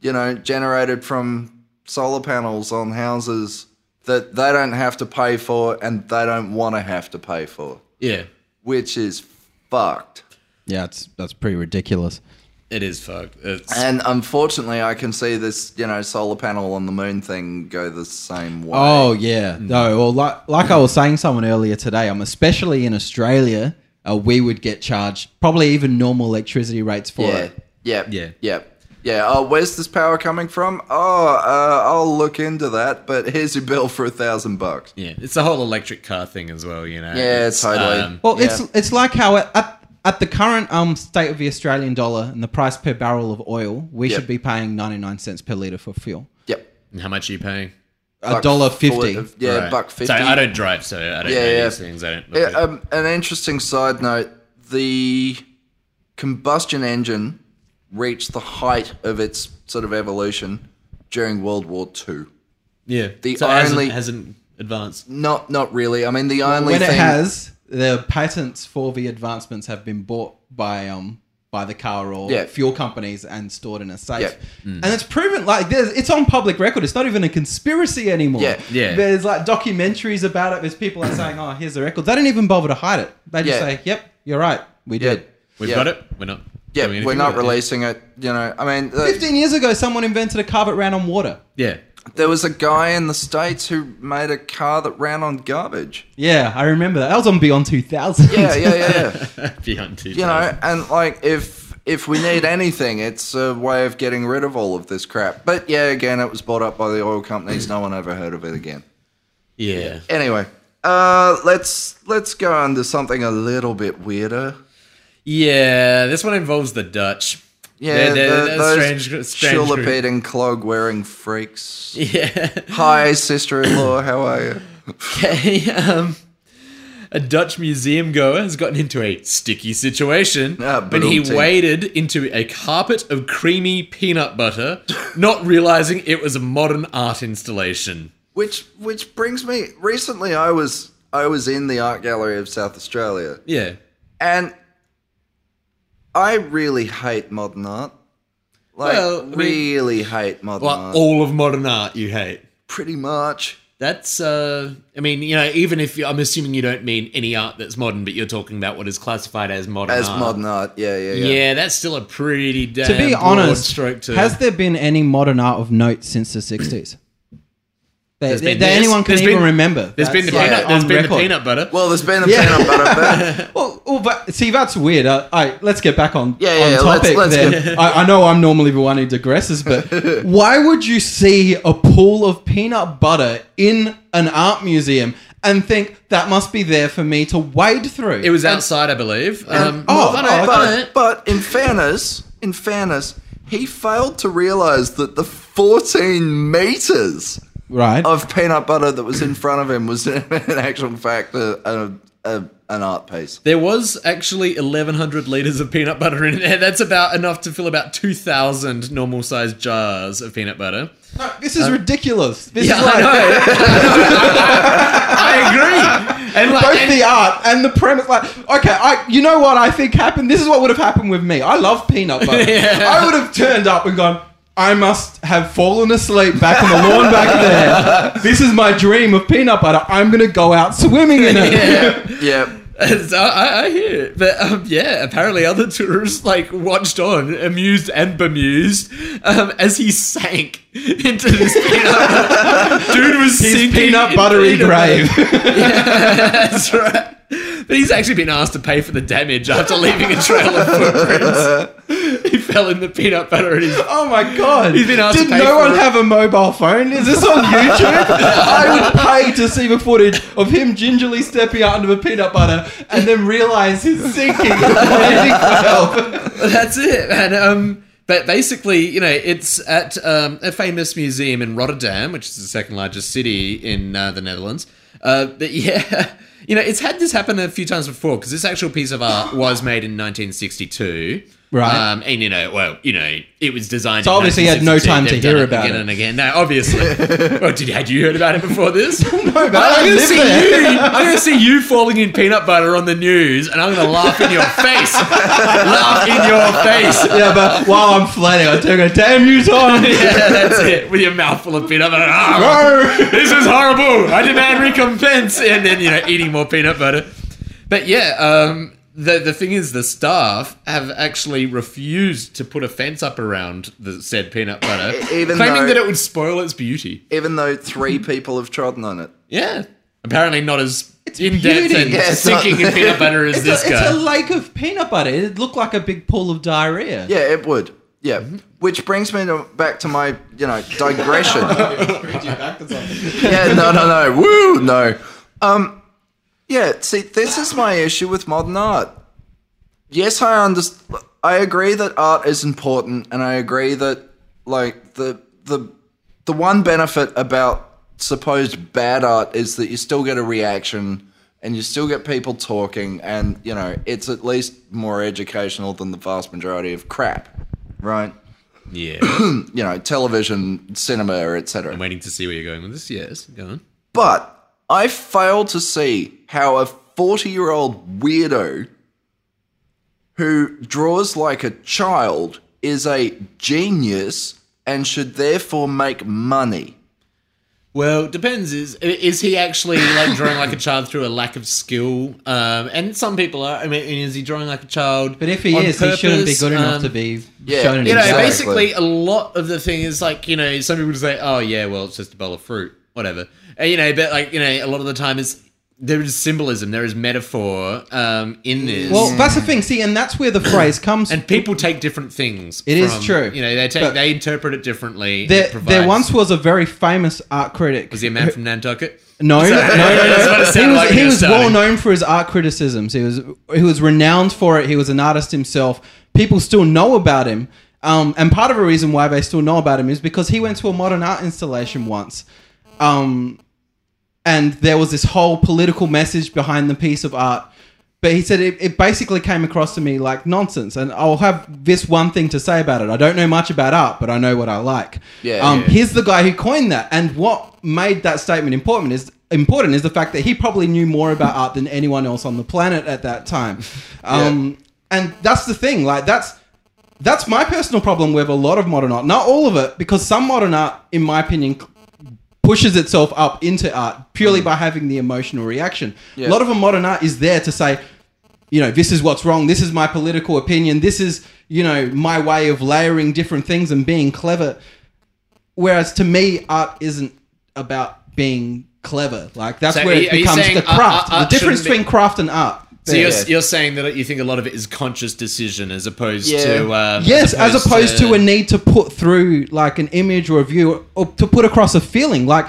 you know, generated from solar panels on houses that they don't have to pay for and they don't want to have to pay for, Yeah. which is fucked. Yeah, it's, that's pretty ridiculous. It is fucked. It's, And unfortunately, I can see this, you know, solar panel on the moon thing go the same way. Oh yeah, Mm. no. Well, like like I was saying, someone earlier today, um, especially in Australia, uh, we would get charged probably even normal electricity rates for yeah, it. yeah, Yeah. yeah, yeah, yeah. Oh, where's this power coming from? Oh, uh, I'll look into that. But here's your bill for a thousand bucks. yeah. It's the whole electric car thing as well. You know. um, Yeah, totally. Well, Yeah. it's it's like how at, at at the current um state of the Australian dollar and the price per barrel of oil, we Yeah. should be paying ninety nine cents per liter for fuel. Yep, how much are you paying? A Buck dollar forty- fifty. Yeah, Right. buck fifty. So I don't drive, so I don't Yeah, know yeah. these things. I don't. Look Yeah, at- um, an interesting side note: the combustion engine reached the height of its sort of evolution during World War II. yeah. the so it hasn't- only- hasn't, advanced. Not, not really. I mean, the only When thing it has, the patents for the advancements have been bought by um by the car or Yeah. fuel companies and stored in a safe. Yeah. And it's proven like there's it's on public record. It's not even a conspiracy anymore. Yeah. Yeah. There's like documentaries about it. There's people are saying, "Oh, here's the record." They don't even bother to hide it. They Yeah. just say, "Yep, you're right. We Yeah. did." We've Yeah. got it. We're not. doing Yeah, anything we're not with it. releasing it. You know, I mean, uh, 15 years ago, someone invented a car that ran on water. Yeah. (laughs) there was a guy in the states who made a car that ran on garbage. Yeah, I remember that. That was on Beyond 2000. Yeah, (laughs) yeah, yeah. yeah. Beyond (laughs) two. you know, and like if if we need anything, it's a way of getting rid of all of this crap. But yeah, again, it was bought up by the oil companies. No one ever heard of it again. Yeah. Anyway, uh, let's let's go on to something a little bit weirder. Yeah. This one involves the Dutch. Yeah, They're- they're- the- they're those strange, strange group. and clog wearing freaks. (laughs) Yeah. Hi, sister-in-law. How are you? Okay. Um, a Dutch museum goer has gotten into a sticky situation Ah, when he bloemte. waded into a carpet of creamy peanut butter, not realizing it was a modern art installation. Which which brings me. Recently, I was I was in the art gallery of South Australia, Yeah. and I really hate modern art. Like Well, I mean- really hate modern Like art. all of modern art you hate. Pretty much. That's, uh, I mean, you know, even if you, I'm assuming you don't mean any art that's modern, but you're talking about what is classified as modern As art. modern art, yeah, yeah, Yeah. yeah. that's still a pretty damn to be broad honest, stroke to. has there been any modern art of note since the 60s? That, There's been that this. anyone can There's even been- remember. there's been the That's, like, peanut, there's on been the record. peanut butter. Well, there's been a Yeah. peanut butter, but Well, well, but see, that's weird. Uh, all right, let's get back on, Yeah, on yeah, let's- topic let's there. I, I know I'm normally the one who digresses, (laughs) but why would you see a pool of peanut butter in an art museum and think that must be there for me to wade through? It was outside, I believe. (laughs) um, oh, but, oh, but, but in fairness, in fairness, he failed to realize that the 14 meters right. of peanut butter that was in front of him was, (laughs) in actual fact, a, a, a, an art piece. there was actually 1,100 liters of peanut butter in there. That's about enough to fill about 2,000 normal sized jars of peanut butter. No, this is ridiculous. This Uh, Yeah, is like I know. (laughs) I agree. And like, both and- the art and the premise. Like, okay, I you know what I think happened. This is what would have happened with me. I love (laughs) peanut butter. Yeah. I would have turned up and gone. I must have fallen asleep back on the lawn back (laughs) there. This is my dream of peanut butter. I'm gonna go out swimming (laughs) in it. Yeah. So I, I hear it, but um, yeah, apparently other tourists like watched on, amused and bemused, um, as he sank into this peanut (laughs) butter. Dude was His sinking peanut in buttery peanut butter. grave. (laughs) Yeah, that's right. But he's actually been asked to pay for the damage after leaving a trail of footprints. (laughs) he fell in the peanut butter and he's. Oh my god! He's been asked Did to pay no for one it. have a mobile phone? Is this on YouTube? (laughs) I would pay to see the footage of him gingerly stepping out into the peanut butter and then realize he's sinking. (laughs) and landing well. That's it, man. Um, but basically, you know, it's at um, a famous museum in Rotterdam, which is the second largest city in uh, the Netherlands. Uh, but (laughs) yeah, you know, it's had this happen a few times before because this actual piece of art was made in 1962. Right. Um, and, you know, well, you know, it was designed. So in obviously he had no 1962. time to They've done hear it about again it. and again. No, (laughs) obviously. well, did, had you heard about it before this? No, but I'm I gonna live see there. you. (laughs) I'm gonna see you falling in peanut butter on the news, and I'm gonna laugh in your (laughs) face. laugh in your face. Yeah, but while Oh, I'm flirting, I take a damn you, Tom. (laughs) Yeah, that's it. With your mouthful of peanut butter. Ah, Go. this is horrible. I demand recompense, and then you know eating more peanut butter. But yeah, um, the the thing is, the staff have actually refused to put a fence up around the said peanut butter, E-, Even claiming though- that it would spoil its beauty. Even though three people have trodden on it. Yeah, apparently not as in depth beauty. and Yeah, it's not- sinking in peanut butter as It's, this a, it's guy. a lake of peanut butter. It looked like a big pool of diarrhea. Yeah, it would. Yeah. Which brings me to, back to my, you know, digression. yeah, no, no, no. Woo, no. Um, yeah, see, this is my issue with modern art. Yes, I understand. I agree that art is important, and I agree that like the the the one benefit about supposed bad art is that you still get a reaction, and you still get people talking, and you know it's at least more educational than the vast majority of crap, right? (coughs) Yeah. You know, television, cinema, etc. I'm waiting to see where you're going with this. Yes, go on. But I fail to see how a 40 year old weirdo who draws like a child is a genius and should therefore make money. Well, depends. Is is he actually like drawing like a child through a lack of skill? Um, and some people are. I mean, is he drawing like a child? But if he on is, he shouldn't be purpose? good enough Um, to be yeah, shown an you You know, example. Exactly. basically, a lot of the thing is like you know, some people say, "Oh yeah, well, it's just a bowl of fruit, whatever." And, you know, but like you know, a lot of the time is there is symbolism, there is metaphor um, in this, Well, that's the thing. See, and that's where the phrase comes. and people take different things. It It is is true, You know, they take but- they interpret it differently. It there, there provides- once was a very famous art critic. was he a man from (laughs) Nantucket? No, no, no, (laughs) That's what no. it He sounded was, like when he it was started. well known for his art criticisms. He was he was renowned for it. He was an artist himself. People still know about him. Um, and part of the reason why they still know about him is because he went to a modern art installation once. Um, and there was this whole political message behind the piece of art. But he said it, it basically came across to me like nonsense. And I'll have this one thing to say about it. I don't know much about art, but I know what I like. Yeah, um, yeah. He's the guy who coined that. And what made that statement important is important is the fact that he probably knew more about art than anyone else on the planet at that time. Um, And that's the thing. Like that's that's my personal problem with a lot of modern art. Not all of it, because some modern art, in my opinion, pushes itself up into art purely by having the emotional reaction. A lot of a modern art is there to say, you know, this is what's wrong. This is my political opinion. This is, you know, my way of layering different things and being clever. Whereas to me, art isn't about being clever. Like that's So where are it you- are you becomes saying the art- art- craft. art the difference shouldn't be- between craft and art. So there. you're, you're saying that you think a lot of it is conscious decision as opposed Yeah. to um, Yes, as opposed to a need to put through like an image or a view or to put across a feeling. Like,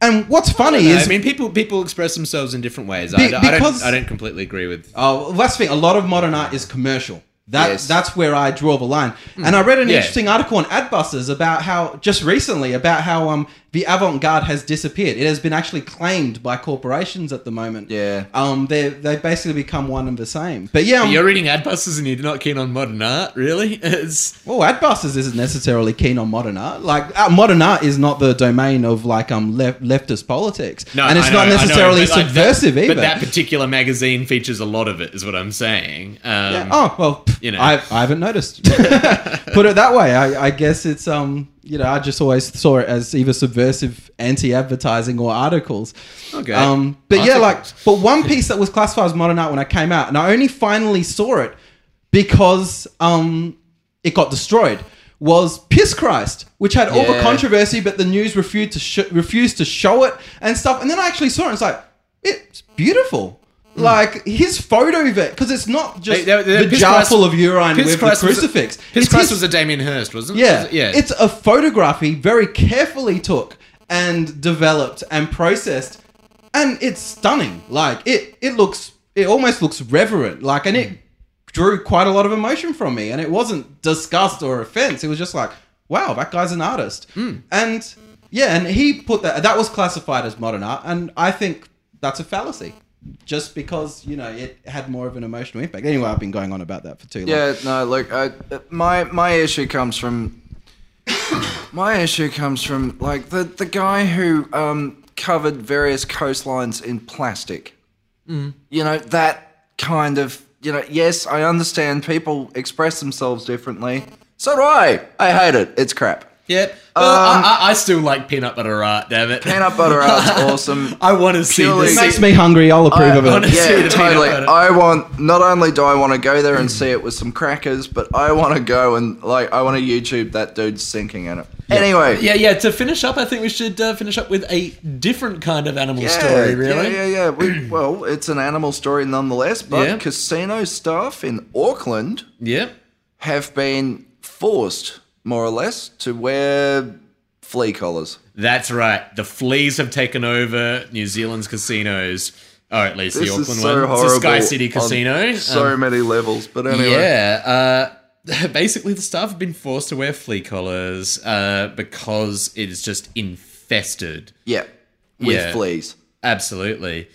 and what's funny No, I is mean, people people express themselves in different ways. Be- I, don't- I because- don't, I don't completely agree with. Oh, that's the thing. A lot of modern art is commercial. That Yes. that's where I draw the line. And I read an Yeah. interesting article on Adbusters about how just recently about how um the avant-garde has disappeared. It has been actually claimed by corporations at the moment. Yeah. Um, they they basically become one and the same. But yeah, um, You're reading Adbusters and you're not keen on modern art, really? (laughs) It's, well, Adbusters isn't necessarily keen on modern art. Like uh, modern art is not the domain of like um left leftist politics, and it's I not know, I know, necessarily but like subversive that, either. But that particular magazine features a lot of it, is what I'm saying. Um, Yeah. Oh well, you you know, know. I, I haven't noticed. (laughs) Put it that way. I, I guess it's um, you know, I just always saw it as either subversive anti-advertising or articles. Okay. Um, but yeah, like, Articles. but one piece that was classified as modern art when I came out, and I only finally saw it because um, it got destroyed. Was Piss Christ, which had all the Yeah. controversy, but the news refused to sh- refused to show it and stuff. And then I actually saw it. and It's like it's beautiful. Hmm. Like his photo of it, because it's not just They- they- they- the Piss jar Christ- full of urine Piss with Christ the was a- crucifix. Piss It's Christ his- was a Damien Hirst, wasn't it? yeah, Was it? Yeah. It's a photograph he very carefully took and developed and processed, and it's stunning. Like it, it looks, it almost looks reverent. Like, and it drew quite a lot of emotion from me. And it wasn't disgust or offense. It was just like, wow, that guy's an artist. Hmm. And yeah, and he put that. That was classified as modern art, and I think that's a fallacy. Just because you know it had more of an emotional impact. Anyway, I've been going on about that for too long. Yeah, no, look, I, my my issue comes from my issue comes from like the the guy who um covered various coastlines in plastic. You know that kind of you know. Yes, I understand people express themselves differently. So do I. I hate it. It's crap. Yep. Well, I, I, I still like peanut butter art, damn it. Um, Peanut butter art's awesome. (laughs) I want to see Purely- this. It makes me hungry. I'll approve of it. honestly- see the Yeah, peanut totally. butter. I want not only do I want to go there and see it with some crackers, but I want to go and like I want to YouTube that dude sinking in it. Anyway, Yeah, yeah. To finish up, I think we should uh, finish up with a different kind of animal story, really. Yeah, yeah, yeah. (clears throat) We, well, it's an animal story nonetheless, but Yeah. casino staff in Auckland Yep. have been forced, more or less, to wear flea collars. That's right. The fleas have taken over New Zealand's casinos, or at least This the Auckland is so one. horrible. It's a Sky City on casino. so Um, many levels, but anyway. Yeah. Uh, (laughs) basically, the staff have been forced to wear flea collars uh, because it is just infested. Yeah, with Yeah. fleas. Absolutely.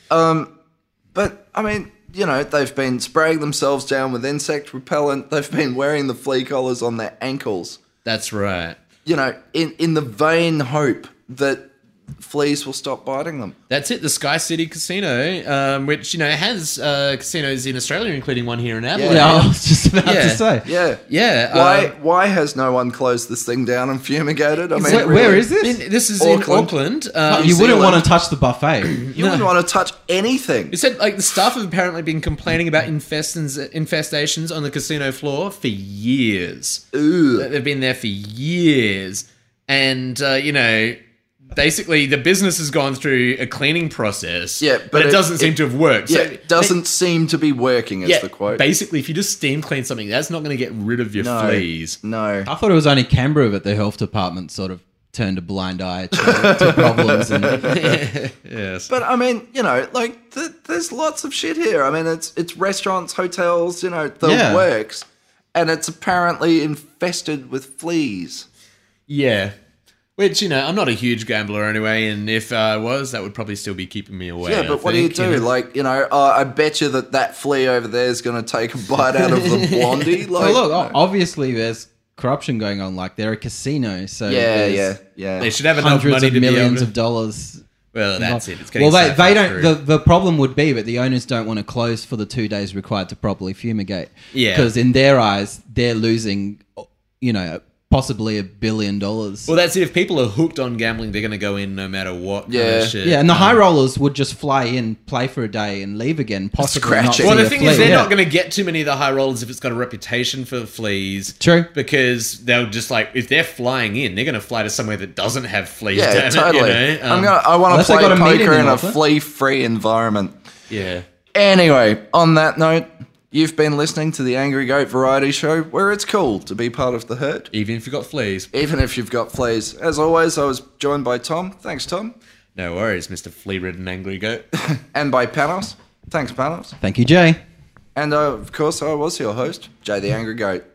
But I mean, you know, they've been spraying themselves down with insect repellent. They've been wearing the flea collars on their ankles. That's right. You know, in in the vain hope that fleas will stop biting them. That's it, the Sky City Casino, um, which you know has uh, casinos in Australia, including one here in Adelaide. Yeah, I was just about Yeah. to say. Yeah. Yeah, Why uh, why has no one closed this thing down and fumigated? I mean, Where- where is this? In- this is in Auckland. Auckland. Um, Oh, you wouldn't Zealand. want to touch (clears throat) the buffet. You wouldn't want to touch anything. It said like the staff have apparently been complaining about infestans, infestations on the casino floor for years. Ooh. They've been there for years, and uh, you know, basically the business has gone through a cleaning process. Yeah, but, but it, it- doesn't seem it- to have worked. Yeah, So- it doesn't seem to be working. Is yeah, the quote? Basically, if you just steam clean something, that's not going to get rid of your no, fleas. No. I thought it was only Canberra that the health department sort of turned a blind (laughs) eye to, to problems. And, Yes. But I mean, you know, like th- there's lots of shit here. I mean, it's it's restaurants, hotels, you know, the Yeah. works, and it's apparently infested with fleas. Yeah. Which, you know, I'm not a huge gambler anyway, and if I was, that would probably still be keeping me away. Yeah, I but what do you think, do? know. Like, you know, uh, I bet you that that flea over there is going to take a bite out of (laughs) the blondie. Like, well, Oh, look, o- obviously there's corruption going on. Like they're a casino, so yeah, there's yeah, yeah. They should have enough hundreds money of to be able millions to, of dollars. Well, that's it. It's getting well, they, siphoned they don't. through. The, the problem would be, but the owners don't want to close for the two days required to properly fumigate. Yeah. because in their eyes, they're losing, you know, possibly a billion dollars. well, that's it. If people are hooked on gambling, they're going to go in no matter what. kind of Yeah. shit. yeah, and the high rollers would just fly in, play for a day, and leave again. Possibly not scratching. see Well, the a thing flea. is, they're Yeah. not going to get too many of the high rollers if it's got a reputation for fleas. True. Because they'll just like if they're flying in, they're going to fly to somewhere that doesn't have fleas. yeah, damn it, you totally. know? Um, I'm gonna. I want to unless they play got a meeting poker in in a Auckland. flea-free environment. Yeah. Anyway, on that note, you've been listening to the Angry Goat Variety Show, where it's cool to be part of the herd, Even if you've got fleas, even if you've got fleas. As always, I was joined by Tom. Thanks, Tom. no worries, Mister Flea-ridden angry goat. And by Panos. Thanks, Panos. Thank you, Jay. And uh, of course, I was your host, Jay the Angry Goat.